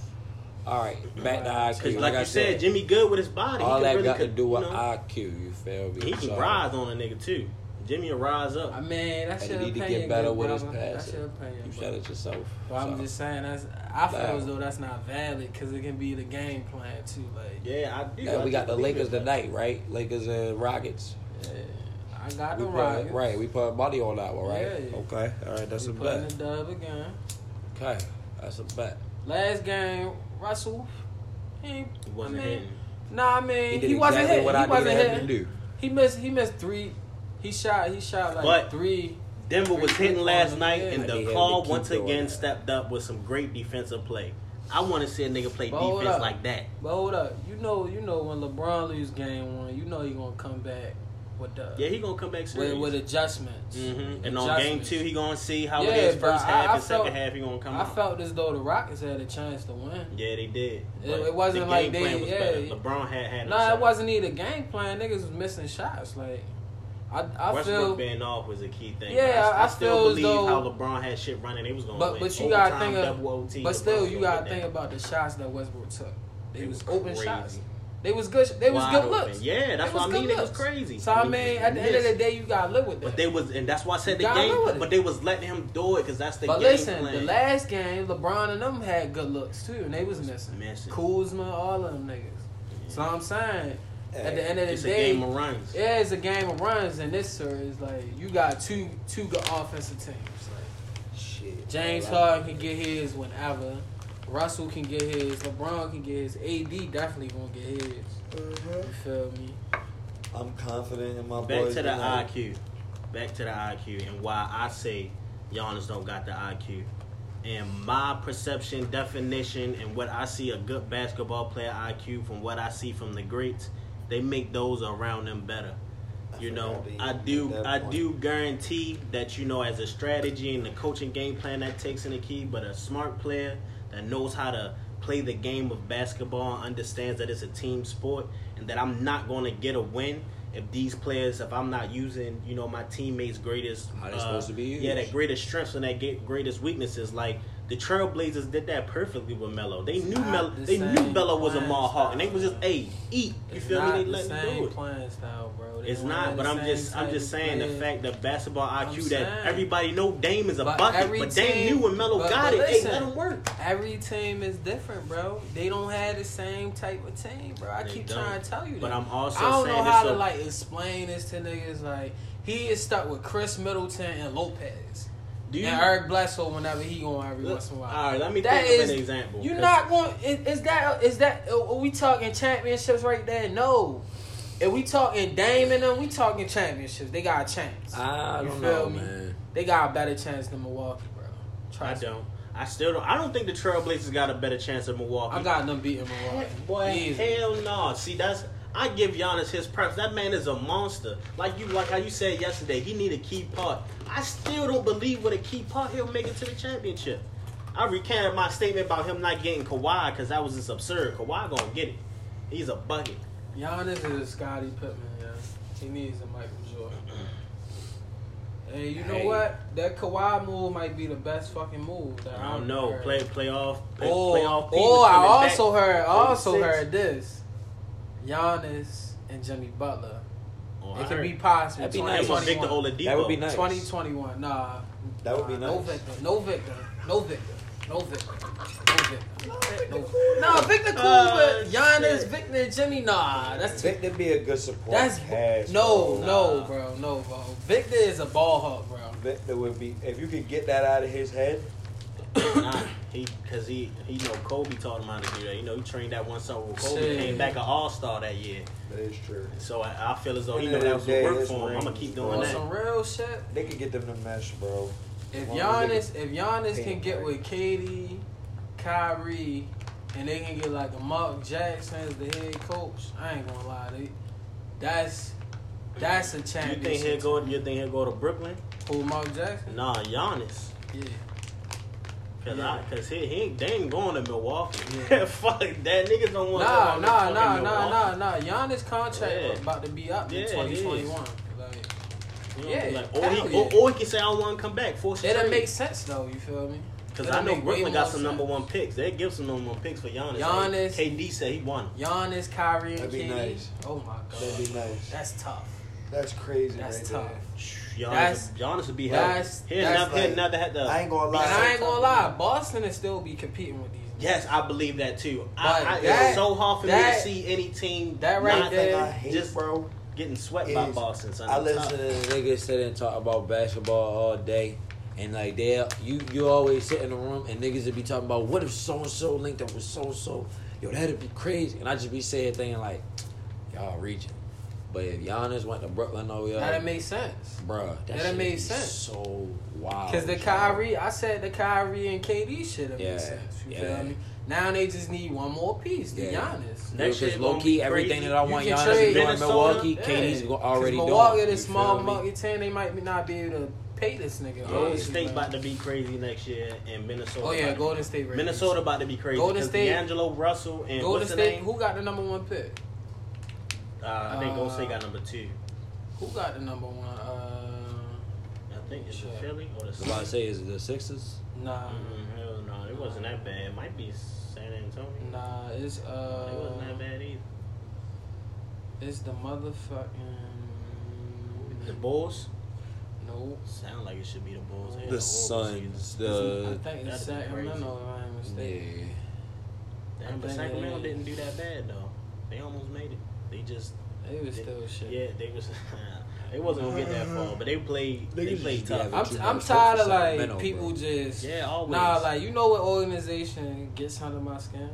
Speaker 2: All right, back to IQ.
Speaker 1: Because like,
Speaker 2: I
Speaker 1: you said, Jimmy good with his body.
Speaker 2: all
Speaker 1: he
Speaker 2: that
Speaker 1: can really
Speaker 2: got to
Speaker 1: could-
Speaker 2: do
Speaker 1: you
Speaker 2: with
Speaker 1: know,
Speaker 2: IQ. You feel me?
Speaker 1: He can
Speaker 2: So,
Speaker 1: rise on a nigga too. Jimmy will rise
Speaker 3: I
Speaker 1: up.
Speaker 3: mean, that's
Speaker 2: And
Speaker 3: your
Speaker 2: he need to
Speaker 3: opinion.
Speaker 2: get better
Speaker 3: good
Speaker 2: with his
Speaker 3: brother. That's
Speaker 2: passing.
Speaker 3: your opinion.
Speaker 2: You
Speaker 3: bro.
Speaker 2: said it yourself.
Speaker 3: But I'm
Speaker 2: so.
Speaker 3: just saying, that's, I feel
Speaker 2: Nah.
Speaker 3: as though that's not valid because it can be the game plan too. Like,
Speaker 1: Yeah, I do.
Speaker 2: Yeah,
Speaker 1: I
Speaker 2: we got
Speaker 1: do
Speaker 2: the
Speaker 1: believe
Speaker 2: Lakers
Speaker 1: it, but-
Speaker 2: tonight, right? Lakers and Rockets.
Speaker 3: yeah, I got
Speaker 2: We
Speaker 3: the
Speaker 2: put,
Speaker 3: Rockets.
Speaker 2: Right, we put money on that one, right?
Speaker 3: Yeah, yeah.
Speaker 2: Okay, all right, that's
Speaker 3: We
Speaker 2: a
Speaker 3: putting
Speaker 2: bet.
Speaker 3: the dub again.
Speaker 2: Okay, that's a bet.
Speaker 3: Last game, Russell, he
Speaker 1: He wasn't
Speaker 3: I mean,
Speaker 1: hitting.
Speaker 3: Nah, I mean, he, wasn't hit. he wasn't hit. He missed. He missed three. He shot. He shot like
Speaker 1: But-
Speaker 3: three.
Speaker 1: Denver was hitting last night,
Speaker 2: I
Speaker 1: and
Speaker 2: need
Speaker 1: the
Speaker 2: him
Speaker 1: call
Speaker 2: to keep
Speaker 1: once
Speaker 2: doing
Speaker 1: again
Speaker 2: that.
Speaker 1: stepped up with some great defensive play. I want to see a nigga play
Speaker 3: But hold
Speaker 1: defense
Speaker 3: up.
Speaker 1: like that.
Speaker 3: But hold up, you know, you know when LeBron lose game one, you know he gonna come back with the
Speaker 1: Yeah, he gonna come back
Speaker 3: with,
Speaker 1: serious.
Speaker 3: with adjustments.
Speaker 1: hmm And on game
Speaker 3: Adjustments.
Speaker 1: two, he gonna see how it
Speaker 3: Yeah,
Speaker 1: is
Speaker 3: bro,
Speaker 1: first
Speaker 3: I-
Speaker 1: half
Speaker 3: I
Speaker 1: and second
Speaker 3: felt-
Speaker 1: half. He gonna come
Speaker 3: I
Speaker 1: out.
Speaker 3: felt as though the Rockets had a chance to win.
Speaker 1: yeah, they did.
Speaker 3: It-
Speaker 1: But
Speaker 3: it wasn't
Speaker 1: the
Speaker 3: like
Speaker 1: game plan
Speaker 3: they-
Speaker 1: was
Speaker 3: yeah.
Speaker 1: better. LeBron had had.
Speaker 3: No,
Speaker 1: himself.
Speaker 3: it wasn't either game plan. Niggas was missing shots. Like I, I
Speaker 1: Westbrook
Speaker 3: feel.
Speaker 1: being off was a key thing.
Speaker 3: Yeah,
Speaker 1: but I,
Speaker 3: I-
Speaker 1: I,
Speaker 3: I
Speaker 1: still
Speaker 3: feel
Speaker 1: believe
Speaker 3: as though-
Speaker 1: how LeBron had shit running. It was gonna
Speaker 3: But
Speaker 1: win.
Speaker 3: but you gotta
Speaker 1: Overtime,
Speaker 3: think of
Speaker 1: double OT,
Speaker 3: but
Speaker 1: LeBron's
Speaker 3: still you
Speaker 1: gonna
Speaker 3: gotta
Speaker 1: get
Speaker 3: think
Speaker 1: that.
Speaker 3: about the shots that Westbrook took. They
Speaker 1: It
Speaker 3: was,
Speaker 1: was
Speaker 3: open
Speaker 1: crazy.
Speaker 3: shots. They was good. They was
Speaker 1: Wide
Speaker 3: good
Speaker 1: open.
Speaker 3: looks.
Speaker 1: Yeah, that's
Speaker 3: They was
Speaker 1: what I
Speaker 3: good
Speaker 1: mean. It was
Speaker 3: looks.
Speaker 1: crazy.
Speaker 3: So I mean, at the end of
Speaker 1: missed.
Speaker 3: the day, you gotta live with that.
Speaker 1: But they was, and that's why I said the
Speaker 3: You gotta
Speaker 1: game.
Speaker 3: live with it.
Speaker 1: But they was letting him do it because that's the
Speaker 3: but
Speaker 1: game
Speaker 3: listen,
Speaker 1: plan.
Speaker 3: the last game, LeBron and them had good looks too, and they was missing.
Speaker 1: missing.
Speaker 3: Kuzma, all of them niggas. So I'm saying, at the end of the
Speaker 1: it's
Speaker 3: day,
Speaker 1: a game of runs.
Speaker 3: yeah, it's a game of runs in this series. Like you got two two good offensive teams. Like
Speaker 2: Shit.
Speaker 3: James
Speaker 2: All right.
Speaker 3: Harden can get his whenever. Russell can get his. LeBron can get his. AD definitely gonna get his. You feel me?
Speaker 2: I'm confident in my
Speaker 1: Back
Speaker 2: boys
Speaker 1: to the
Speaker 2: tonight.
Speaker 1: IQ. Back to the IQ and why I say Giannis don't got the IQ. and my perception, definition, and what I see a good basketball player IQ from what I see from the greats, they make those around them better. You know, I do I do guarantee that you know as a strategy and the coaching game plan that takes in the key, but a smart player that knows how to play the game of basketball and understands that it's a team sport and that I'm not going to get a win if these players if I'm not using you know my teammates' greatest
Speaker 2: How they
Speaker 1: uh,
Speaker 2: supposed to be used.
Speaker 1: yeah their greatest strengths and their ge- greatest weaknesses like. The Trailblazers did that perfectly with Melo. They knew
Speaker 3: not
Speaker 1: Melo.
Speaker 3: the
Speaker 1: they knew
Speaker 3: same
Speaker 1: Melo was a
Speaker 3: plan
Speaker 1: mall hawk, and they was just,
Speaker 3: style.
Speaker 1: hey, eat. You
Speaker 3: It's
Speaker 1: feel
Speaker 3: not
Speaker 1: me? They
Speaker 3: the
Speaker 1: let them
Speaker 3: same
Speaker 1: do it.
Speaker 3: playing style, bro. They
Speaker 1: It's
Speaker 3: don't
Speaker 1: not,
Speaker 3: have
Speaker 1: but
Speaker 3: the
Speaker 1: I'm
Speaker 3: same
Speaker 1: just I'm
Speaker 3: type
Speaker 1: just
Speaker 3: of
Speaker 1: saying the
Speaker 3: players.
Speaker 1: fact that basketball IQ
Speaker 3: I'm
Speaker 1: that
Speaker 3: saying.
Speaker 1: everybody know Dame is a
Speaker 3: But
Speaker 1: bucket,
Speaker 3: every
Speaker 1: but Dame
Speaker 3: team-
Speaker 1: knew when Melo
Speaker 3: but-
Speaker 1: got
Speaker 3: but
Speaker 1: it, hey,
Speaker 3: listen.
Speaker 1: let him work.
Speaker 3: Every team is different, bro. They don't have the same type of team, bro. I
Speaker 1: They
Speaker 3: keep
Speaker 1: don't.
Speaker 3: trying to tell you that.
Speaker 1: But I'm also
Speaker 3: I don't
Speaker 1: saying
Speaker 3: know
Speaker 1: this
Speaker 3: how to
Speaker 1: so-
Speaker 3: like explain this to niggas. Like he is stuck with Chris Middleton and Lopez
Speaker 1: Do you,
Speaker 3: and Eric Bledsoe whenever he on every once in a
Speaker 1: all
Speaker 3: while.
Speaker 1: right, let me
Speaker 3: That
Speaker 1: think
Speaker 3: is-
Speaker 1: of an example.
Speaker 3: You
Speaker 1: 'cause
Speaker 3: not going? Is, is that is that? Are we talking championships right there? No. If we talking Dame and them, we talking championships. They got a chance.
Speaker 2: I
Speaker 3: You
Speaker 2: don't
Speaker 3: feel
Speaker 2: know,
Speaker 3: me?
Speaker 2: man.
Speaker 3: they got a better chance than Milwaukee, bro.
Speaker 1: I
Speaker 3: Trust me.
Speaker 1: don't. I still don't. I don't think the Trailblazers got a better chance at Milwaukee.
Speaker 3: I got them beating Milwaukee.
Speaker 1: Boy,
Speaker 3: Easy.
Speaker 1: hell no. See, that's I give Giannis his props. That man is a monster. Like you, like how you said yesterday, he need a key part. I still don't believe with a key part he'll make it to the championship. I recanted my statement about him not getting Kawhi because that was just absurd. Kawhi gonna get it. He's a bucket.
Speaker 3: Giannis is Scotty Pittman, yeah. He needs a Michael Jordan. And you know
Speaker 2: Hey.
Speaker 3: what? That Kawhi move might be the best fucking move. That
Speaker 1: I don't
Speaker 3: I've
Speaker 1: know.
Speaker 3: heard.
Speaker 1: Play playoff. Play,
Speaker 3: Or,
Speaker 1: playoff. P
Speaker 3: or
Speaker 1: was
Speaker 3: Oh, I
Speaker 1: coming back.
Speaker 3: also heard, I also
Speaker 1: 36.
Speaker 3: heard this: Giannis and Jimmy Butler.
Speaker 1: Oh, I
Speaker 3: it could
Speaker 1: heard
Speaker 3: be possible.
Speaker 2: That'd be
Speaker 1: him
Speaker 2: nice.
Speaker 1: or Victor
Speaker 3: 2021.
Speaker 1: Oladipo.
Speaker 2: That would be nice.
Speaker 3: 2021. Nah.
Speaker 4: That would be
Speaker 3: Nah, No
Speaker 4: nice.
Speaker 3: Victor. No Victor. No Victor. No Victor. No Victor. No Victor. Nah, Victor cool,
Speaker 1: Uh,
Speaker 3: but Giannis,
Speaker 1: shit.
Speaker 3: Victor, and Jimmy. Nah, that's too
Speaker 4: Victor be a good support.
Speaker 3: That's
Speaker 4: cast,
Speaker 3: no,
Speaker 4: bro.
Speaker 3: no, bro, no, bro. Victor is a ball hawk, bro.
Speaker 4: Victor would be if you could get that out of his head.
Speaker 1: Nah, he because he he know Kobe taught him how to do that. You know he trained that one summer with Kobe,
Speaker 3: Shit.
Speaker 1: came back an All Star that year.
Speaker 4: That is true.
Speaker 1: So I, I feel as though he
Speaker 4: End
Speaker 1: know
Speaker 4: of
Speaker 1: that
Speaker 4: the
Speaker 1: was
Speaker 4: day,
Speaker 1: gonna work
Speaker 4: it's
Speaker 1: for him. I'm gonna
Speaker 4: rings,
Speaker 1: keep
Speaker 4: bro.
Speaker 1: doing
Speaker 3: On
Speaker 4: Well,
Speaker 1: that.
Speaker 3: some real shit.
Speaker 4: They could get them to mesh, bro.
Speaker 3: If
Speaker 4: Well, I'm
Speaker 3: Giannis, if Giannis can
Speaker 4: Ain't
Speaker 3: get
Speaker 4: right.
Speaker 3: with Katie, Kyrie, and they can get like a Mark Jackson as the head coach, I ain't gonna lie, they, that's that's a
Speaker 1: You think he'll
Speaker 3: championship.
Speaker 1: go? You think he'll go to Brooklyn?
Speaker 3: Who Mark Jackson?
Speaker 1: Nah, Giannis.
Speaker 3: Yeah.
Speaker 1: Cause
Speaker 3: Yeah.
Speaker 1: I, cause he, he ain't- they ain't going to Milwaukee.
Speaker 3: Yeah.
Speaker 1: Fuck that niggas don't want.
Speaker 3: Nah,
Speaker 1: to
Speaker 3: nah, nah, nah, nah, nah. Giannis contract
Speaker 1: Yeah.
Speaker 3: about to be up
Speaker 1: Yeah, it
Speaker 3: in
Speaker 1: is.
Speaker 3: 2021. Like, Yeah,
Speaker 1: Like, or,
Speaker 3: hell
Speaker 1: he,
Speaker 3: yeah.
Speaker 1: or, or he can say I want to come back. Force a
Speaker 3: it'll
Speaker 1: trade.
Speaker 3: make sense though. You feel me?
Speaker 1: Cause
Speaker 3: it'll
Speaker 1: I know
Speaker 3: make way
Speaker 1: Brooklyn got
Speaker 3: more
Speaker 1: some number
Speaker 3: sense.
Speaker 1: one picks. They give some number one picks for Giannis.
Speaker 3: Giannis-
Speaker 1: KD said he won.
Speaker 3: Giannis, Kyrie, and
Speaker 4: That'd be
Speaker 3: KD.
Speaker 4: nice.
Speaker 3: Oh my god,
Speaker 4: That'd be nice.
Speaker 3: that's tough.
Speaker 4: That's crazy.
Speaker 3: That's
Speaker 4: right
Speaker 3: tough.
Speaker 1: Giannis,
Speaker 3: That's-
Speaker 1: Giannis would be happy.
Speaker 3: that's-
Speaker 1: He'll
Speaker 4: that's
Speaker 1: never, he'll
Speaker 4: like-
Speaker 1: never had the.
Speaker 4: There. I ain't gonna
Speaker 3: And I
Speaker 4: lie.
Speaker 3: ain't gonna lie, Boston will still be competing with these.
Speaker 1: Yes, I believe that too.
Speaker 3: But
Speaker 1: I, I,
Speaker 3: that-
Speaker 1: it's so hard for me
Speaker 3: that-
Speaker 1: to see any team
Speaker 3: that right
Speaker 1: not
Speaker 4: Thing
Speaker 3: there-
Speaker 4: I hate,
Speaker 1: Just-
Speaker 4: bro.
Speaker 1: getting swept by
Speaker 4: is-
Speaker 1: Boston. Son.
Speaker 4: I
Speaker 1: It's
Speaker 4: listen
Speaker 1: tough.
Speaker 2: to the niggas sit and talk about basketball all day. And like they, you you always sit in the room and niggas would be talking about what if so and so linked up with so and so, yo that'd be crazy. And I just be saying thing like, y'all reaching, but if Giannis went to Brooklyn over
Speaker 3: Now that
Speaker 2: y'all,
Speaker 3: makes sense.
Speaker 2: bruh, that,
Speaker 3: that
Speaker 2: shit
Speaker 3: made
Speaker 2: be
Speaker 3: sense.
Speaker 2: So wild.
Speaker 3: Cause the
Speaker 2: yo.
Speaker 3: Kyrie, I said the Kyrie and KD shit have
Speaker 2: Yeah,
Speaker 3: made sense. You
Speaker 2: yeah.
Speaker 3: feel me? Now they just need one more piece, the
Speaker 2: Yeah.
Speaker 3: Giannis.
Speaker 1: That
Speaker 2: Because
Speaker 1: shit
Speaker 2: low
Speaker 1: gonna
Speaker 2: key,
Speaker 1: be
Speaker 2: everything
Speaker 1: crazy.
Speaker 2: that I
Speaker 1: You
Speaker 2: want
Speaker 3: can
Speaker 2: Giannis
Speaker 3: trade
Speaker 2: to do in
Speaker 1: Minnesota.
Speaker 2: Milwaukee,
Speaker 1: Yeah.
Speaker 2: KD's go-
Speaker 3: 'Cause
Speaker 2: already doing.
Speaker 3: Milwaukee,
Speaker 2: You
Speaker 3: this small
Speaker 2: feel me?
Speaker 3: Milwaukee team, they might not be able to pay this nigga.
Speaker 1: Golden
Speaker 3: honestly,
Speaker 1: State
Speaker 3: man.
Speaker 1: about to be crazy next year, and Minnesota.
Speaker 3: Oh yeah,
Speaker 1: about
Speaker 3: Golden State.
Speaker 1: to,
Speaker 3: Ravens.
Speaker 1: Minnesota about to be crazy.
Speaker 3: Golden
Speaker 1: 'cause
Speaker 3: State-
Speaker 1: D'Angelo Russell and
Speaker 3: Golden
Speaker 1: what's the
Speaker 3: State.
Speaker 1: name?
Speaker 3: Who got the number one pick?
Speaker 1: uh, I think Golden State
Speaker 3: Uh,
Speaker 1: got number two.
Speaker 3: Who got the number one? Uh,
Speaker 1: I think it's the
Speaker 3: shit.
Speaker 1: Philly or the.
Speaker 2: I'm about to say is it the Sixers?
Speaker 3: nah,
Speaker 1: Mm, hell no, it wasn't that bad. It might be San Antonio.
Speaker 3: nah. It's
Speaker 1: It wasn't
Speaker 3: uh,
Speaker 1: that bad either.
Speaker 3: it's the motherfucking.
Speaker 1: The Bulls
Speaker 3: No,
Speaker 1: sound like it should be the Bulls. They had
Speaker 3: The
Speaker 1: a horrible season.
Speaker 3: I think it's
Speaker 1: that'd be
Speaker 3: Sacramento. If I ain't
Speaker 2: Uh, yeah.
Speaker 3: mistaken.
Speaker 1: Damn, but
Speaker 3: think
Speaker 1: Sacramento
Speaker 3: they-
Speaker 1: didn't do that bad though. They almost made it. They just
Speaker 3: It was still shit.
Speaker 1: yeah, they was they wasn't gonna get that far, but they played they
Speaker 2: Niggas
Speaker 1: played
Speaker 2: just be
Speaker 1: tough.
Speaker 2: having-
Speaker 3: I'm,
Speaker 2: But you
Speaker 3: I'm
Speaker 2: gotta
Speaker 3: tired of
Speaker 2: focus on
Speaker 3: like
Speaker 2: Sacramento,
Speaker 3: people
Speaker 2: bro.
Speaker 3: just
Speaker 1: Yeah, always.
Speaker 3: nah like you know what organization gets under my skin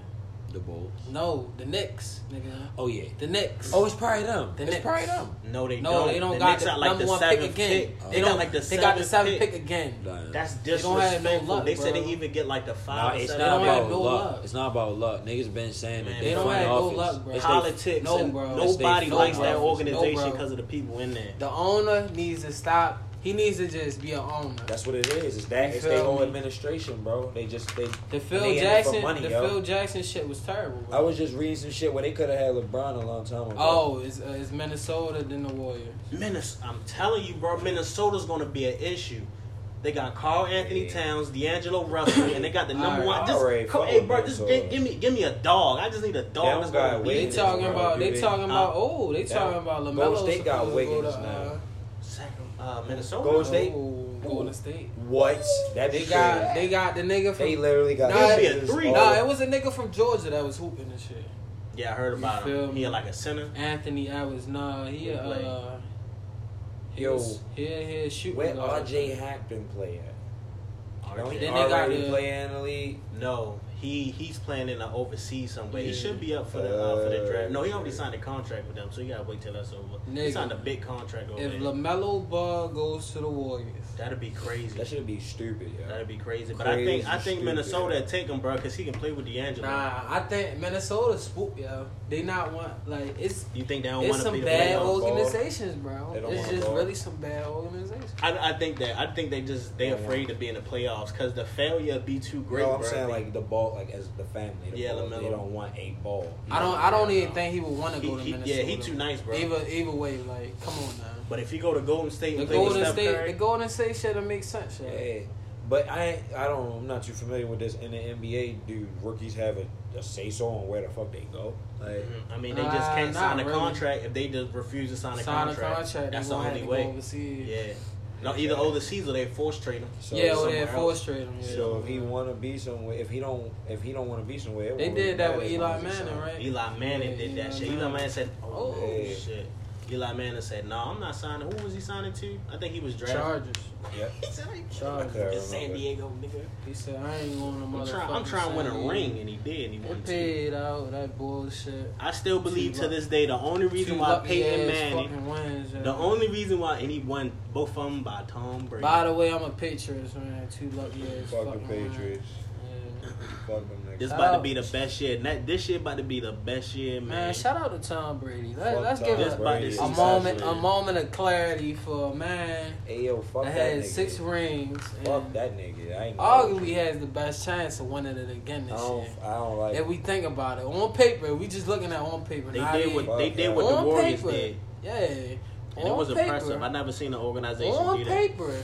Speaker 5: The Bulls.
Speaker 3: No, the Knicks, nigga.
Speaker 5: Oh yeah.
Speaker 3: The Knicks.
Speaker 5: Oh, it's probably them.
Speaker 3: The
Speaker 5: it's
Speaker 3: Knicks.
Speaker 5: probably them.
Speaker 1: No, they
Speaker 3: no,
Speaker 1: don't.
Speaker 3: they don't
Speaker 1: the
Speaker 3: got
Speaker 1: Knicks
Speaker 3: the
Speaker 1: got
Speaker 3: number
Speaker 1: like the
Speaker 3: one pick
Speaker 1: seventh
Speaker 3: again.
Speaker 2: Oh.
Speaker 1: pick.
Speaker 3: They,
Speaker 1: They
Speaker 3: don't
Speaker 1: got like the
Speaker 3: They got the
Speaker 1: seventh
Speaker 3: seventh
Speaker 1: pick.
Speaker 3: pick, again.
Speaker 5: Like,
Speaker 1: That's
Speaker 3: They don't have no
Speaker 1: disrespectful.
Speaker 3: luck,
Speaker 1: They said
Speaker 3: bro.
Speaker 1: they even get like the five.
Speaker 5: nah, it's
Speaker 1: seven,
Speaker 5: not
Speaker 3: don't have
Speaker 5: about
Speaker 3: no
Speaker 5: luck.
Speaker 3: luck.
Speaker 5: It's not about luck. Niggas been saying
Speaker 1: Man,
Speaker 5: that
Speaker 1: they
Speaker 5: they
Speaker 1: don't
Speaker 5: front
Speaker 1: have
Speaker 3: no
Speaker 5: office.
Speaker 3: luck, bro.
Speaker 5: It's they-
Speaker 1: politics.
Speaker 3: No,
Speaker 1: and
Speaker 3: bro.
Speaker 5: It's they
Speaker 1: Nobody
Speaker 5: front
Speaker 1: likes that
Speaker 5: office.
Speaker 1: organization
Speaker 3: No, bro.
Speaker 1: because of the people in there.
Speaker 3: The owner needs to stop. He needs to just be an owner.
Speaker 2: That's what it is. It's that.
Speaker 3: You
Speaker 2: It's
Speaker 3: feel
Speaker 2: their whole
Speaker 3: me?
Speaker 2: administration, bro. They just they.
Speaker 3: The Phil
Speaker 2: They in it for
Speaker 3: Jackson,
Speaker 2: money,
Speaker 3: the
Speaker 2: yo.
Speaker 3: Phil Jackson shit was terrible. Bro.
Speaker 2: I was just reading some shit where they could have had LeBron a long time ago.
Speaker 3: oh, it's, uh, it's Minnesota than the Warriors.
Speaker 1: Minnes- I'm telling you, bro, Minnesota's going to be an issue. They got Carl Anthony
Speaker 5: Yeah.
Speaker 1: Towns, D'Angelo Russell, and they got the number
Speaker 3: Alright.
Speaker 1: one. Just,
Speaker 2: Alright,
Speaker 1: come,
Speaker 2: fuck
Speaker 1: hey,
Speaker 2: with
Speaker 1: bro, just
Speaker 2: Minnesota.
Speaker 1: give, give me give me a dog. I just need a
Speaker 2: They don't
Speaker 1: dog. that's
Speaker 2: got
Speaker 1: gonna
Speaker 3: They
Speaker 1: beat
Speaker 2: Wiggins,
Speaker 1: talking
Speaker 3: talking
Speaker 2: bro,
Speaker 3: about. They
Speaker 2: you
Speaker 3: talking
Speaker 1: mean-
Speaker 3: about. Oh, they
Speaker 2: That-
Speaker 3: talking about Lamelo.
Speaker 2: Golden State got Wiggins
Speaker 3: Uh,
Speaker 2: now.
Speaker 1: uh, Minnesota.
Speaker 2: Golden State-
Speaker 3: oh, Golden State.
Speaker 2: What? That
Speaker 3: They
Speaker 2: big
Speaker 3: got. They got the nigga
Speaker 2: They
Speaker 3: from.
Speaker 2: literally got.
Speaker 3: Nah,
Speaker 1: be a three.
Speaker 2: all-
Speaker 3: Nah, it was a nigga from Georgia that was hooping and shit.
Speaker 1: Yeah, I heard about
Speaker 3: You feel
Speaker 1: him.
Speaker 3: me?
Speaker 1: He like a center.
Speaker 3: Anthony Edwards. Nah, he
Speaker 1: Good play.
Speaker 3: uh. He
Speaker 2: Yo.
Speaker 3: was here, here shooting. uh,
Speaker 2: Where
Speaker 3: guard.
Speaker 2: RJ Hackman play at? Don't he
Speaker 1: Then
Speaker 3: they
Speaker 2: already
Speaker 3: got uh, the-
Speaker 2: play in the league?
Speaker 1: No, he he's playing in the overseas somewhere. He
Speaker 3: Yeah.
Speaker 1: should be up for the uh, for the draft. No, he already
Speaker 2: Uh,
Speaker 1: signed a contract with them, so you gotta wait till that's over. He
Speaker 3: Nigga.
Speaker 1: signed a big contract over.
Speaker 3: If
Speaker 1: there.
Speaker 3: Lamelo Ball goes to the Warriors,
Speaker 1: That'd be crazy.
Speaker 2: That should be stupid, yo.
Speaker 1: That'd be crazy. But I
Speaker 2: Crazy
Speaker 1: think I think
Speaker 2: stupid.
Speaker 1: Minnesota would take him, bro, because he can play with D'Angelo.
Speaker 3: Nah, I think Minnesota spook, yo. They not want like it's
Speaker 1: You think they don't want
Speaker 3: it's
Speaker 1: to
Speaker 3: some
Speaker 1: be the
Speaker 3: bad
Speaker 1: bad
Speaker 2: old- ball.
Speaker 3: organizations,
Speaker 2: They
Speaker 3: bro.
Speaker 2: don't
Speaker 3: It's
Speaker 2: wanna
Speaker 3: just
Speaker 2: ball.
Speaker 3: really some bad organizations.
Speaker 1: I, I think that I think they just they
Speaker 2: Yeah.
Speaker 1: afraid to be in the playoffs because the failure be too great.
Speaker 2: Great, no, I'm
Speaker 1: bro.
Speaker 2: saying like the ball, like as the family. The
Speaker 1: Yeah,
Speaker 2: ball,
Speaker 1: LaMelo.
Speaker 2: they don't want a ball.
Speaker 3: I don't I don't
Speaker 1: Yeah,
Speaker 3: even
Speaker 1: no.
Speaker 3: think he would want to
Speaker 1: He-
Speaker 3: go to
Speaker 1: he-
Speaker 3: Minnesota.
Speaker 1: yeah, he too nice, bro.
Speaker 3: Either either way, like come on now.
Speaker 1: But if he go to Golden State
Speaker 3: The
Speaker 1: and play with
Speaker 3: Golden
Speaker 1: Steph
Speaker 3: State,
Speaker 1: Curry,
Speaker 3: the Golden State shit that makes sense, yo.
Speaker 2: Yeah, but I ain't- I don't. I'm not too familiar with this in the NBA. Do rookies have a, a say so on where the fuck they go? Like,
Speaker 1: Mhm. I mean, they just
Speaker 3: Nah,
Speaker 1: can't
Speaker 3: not
Speaker 1: sign a
Speaker 3: really.
Speaker 1: contract if they just refuse to sign a
Speaker 3: Sign a
Speaker 1: contract.
Speaker 3: contract.
Speaker 1: That's
Speaker 3: That's
Speaker 1: the
Speaker 3: have
Speaker 1: only
Speaker 3: to Go
Speaker 1: way.
Speaker 3: overseas.
Speaker 1: Yeah. No, either overseas or they force trade him.
Speaker 2: so
Speaker 3: Yeah, or
Speaker 2: somewhere
Speaker 3: they
Speaker 2: else.
Speaker 3: force trade him. Yeah.
Speaker 2: So if he want to be somewhere, if he don't, if he don't want to be somewhere, it
Speaker 3: They
Speaker 2: won't really
Speaker 3: did that
Speaker 2: matter
Speaker 3: with
Speaker 2: as
Speaker 3: Eli
Speaker 2: long as it's
Speaker 3: Manning,
Speaker 2: on.
Speaker 3: right?
Speaker 1: Eli Manning
Speaker 3: Yeah,
Speaker 1: did that
Speaker 3: Eli
Speaker 1: shit. Eli
Speaker 3: Manning.
Speaker 1: Manning said, "Oh,
Speaker 3: Oh.
Speaker 2: Yeah.
Speaker 1: shit." Eli Manning said, "No, I'm not signing." Who was he signing to? I think he was drafted.
Speaker 3: Chargers.
Speaker 2: Yep.
Speaker 1: He said, "I ain't
Speaker 3: Chargers.
Speaker 1: going to San
Speaker 2: remember.
Speaker 1: Diego, nigga.
Speaker 3: He said, I ain't going to
Speaker 1: I'm
Speaker 3: motherfucking.
Speaker 1: trying. I'm trying to win
Speaker 3: San
Speaker 1: a
Speaker 3: Diego."
Speaker 1: ring, and he did. And he
Speaker 3: They
Speaker 1: won two.
Speaker 3: paid out that bullshit.
Speaker 1: I still believe to this day the only reason
Speaker 3: Two
Speaker 1: why
Speaker 3: lucky
Speaker 1: Peyton
Speaker 3: ass
Speaker 1: Manning,
Speaker 3: fucking wins, yo.
Speaker 1: the only reason why, and he won both of them by Tom Brady.
Speaker 3: By the way, I'm a Patriots man. Two lucky ass
Speaker 2: Fuck the
Speaker 3: fucking wins.
Speaker 2: Patriots.
Speaker 3: Yeah.
Speaker 2: Fuck them niggas.
Speaker 1: This about to be the best year. That this year about to be the best year, man.
Speaker 3: Man, shout out to Tom Brady. Let,
Speaker 2: Fuck
Speaker 3: let's
Speaker 2: Tom
Speaker 3: give
Speaker 1: This
Speaker 3: a,
Speaker 1: about to
Speaker 2: Brady.
Speaker 3: a
Speaker 1: season.
Speaker 3: moment, a moment of clarity for a man
Speaker 2: Hey yo, fuck
Speaker 3: that
Speaker 2: that,
Speaker 3: had
Speaker 2: nigga.
Speaker 3: six rings
Speaker 2: Fuck
Speaker 3: and
Speaker 2: that nigga. I ain't
Speaker 3: arguably has the best chance of winning it again
Speaker 2: I
Speaker 3: this
Speaker 2: don't,
Speaker 3: year.
Speaker 2: I don't like.
Speaker 3: If we think about it, on paper, we just looking at on paper.
Speaker 1: they
Speaker 3: not
Speaker 1: did
Speaker 3: even-
Speaker 1: what they
Speaker 2: Fuck
Speaker 1: did
Speaker 2: that.
Speaker 1: what the
Speaker 3: On
Speaker 1: Warriors
Speaker 3: paper.
Speaker 1: did,
Speaker 3: yeah,
Speaker 1: and it
Speaker 3: on
Speaker 1: was
Speaker 3: paper,
Speaker 1: impressive. I never seen an organization do
Speaker 3: on
Speaker 1: that.
Speaker 3: paper,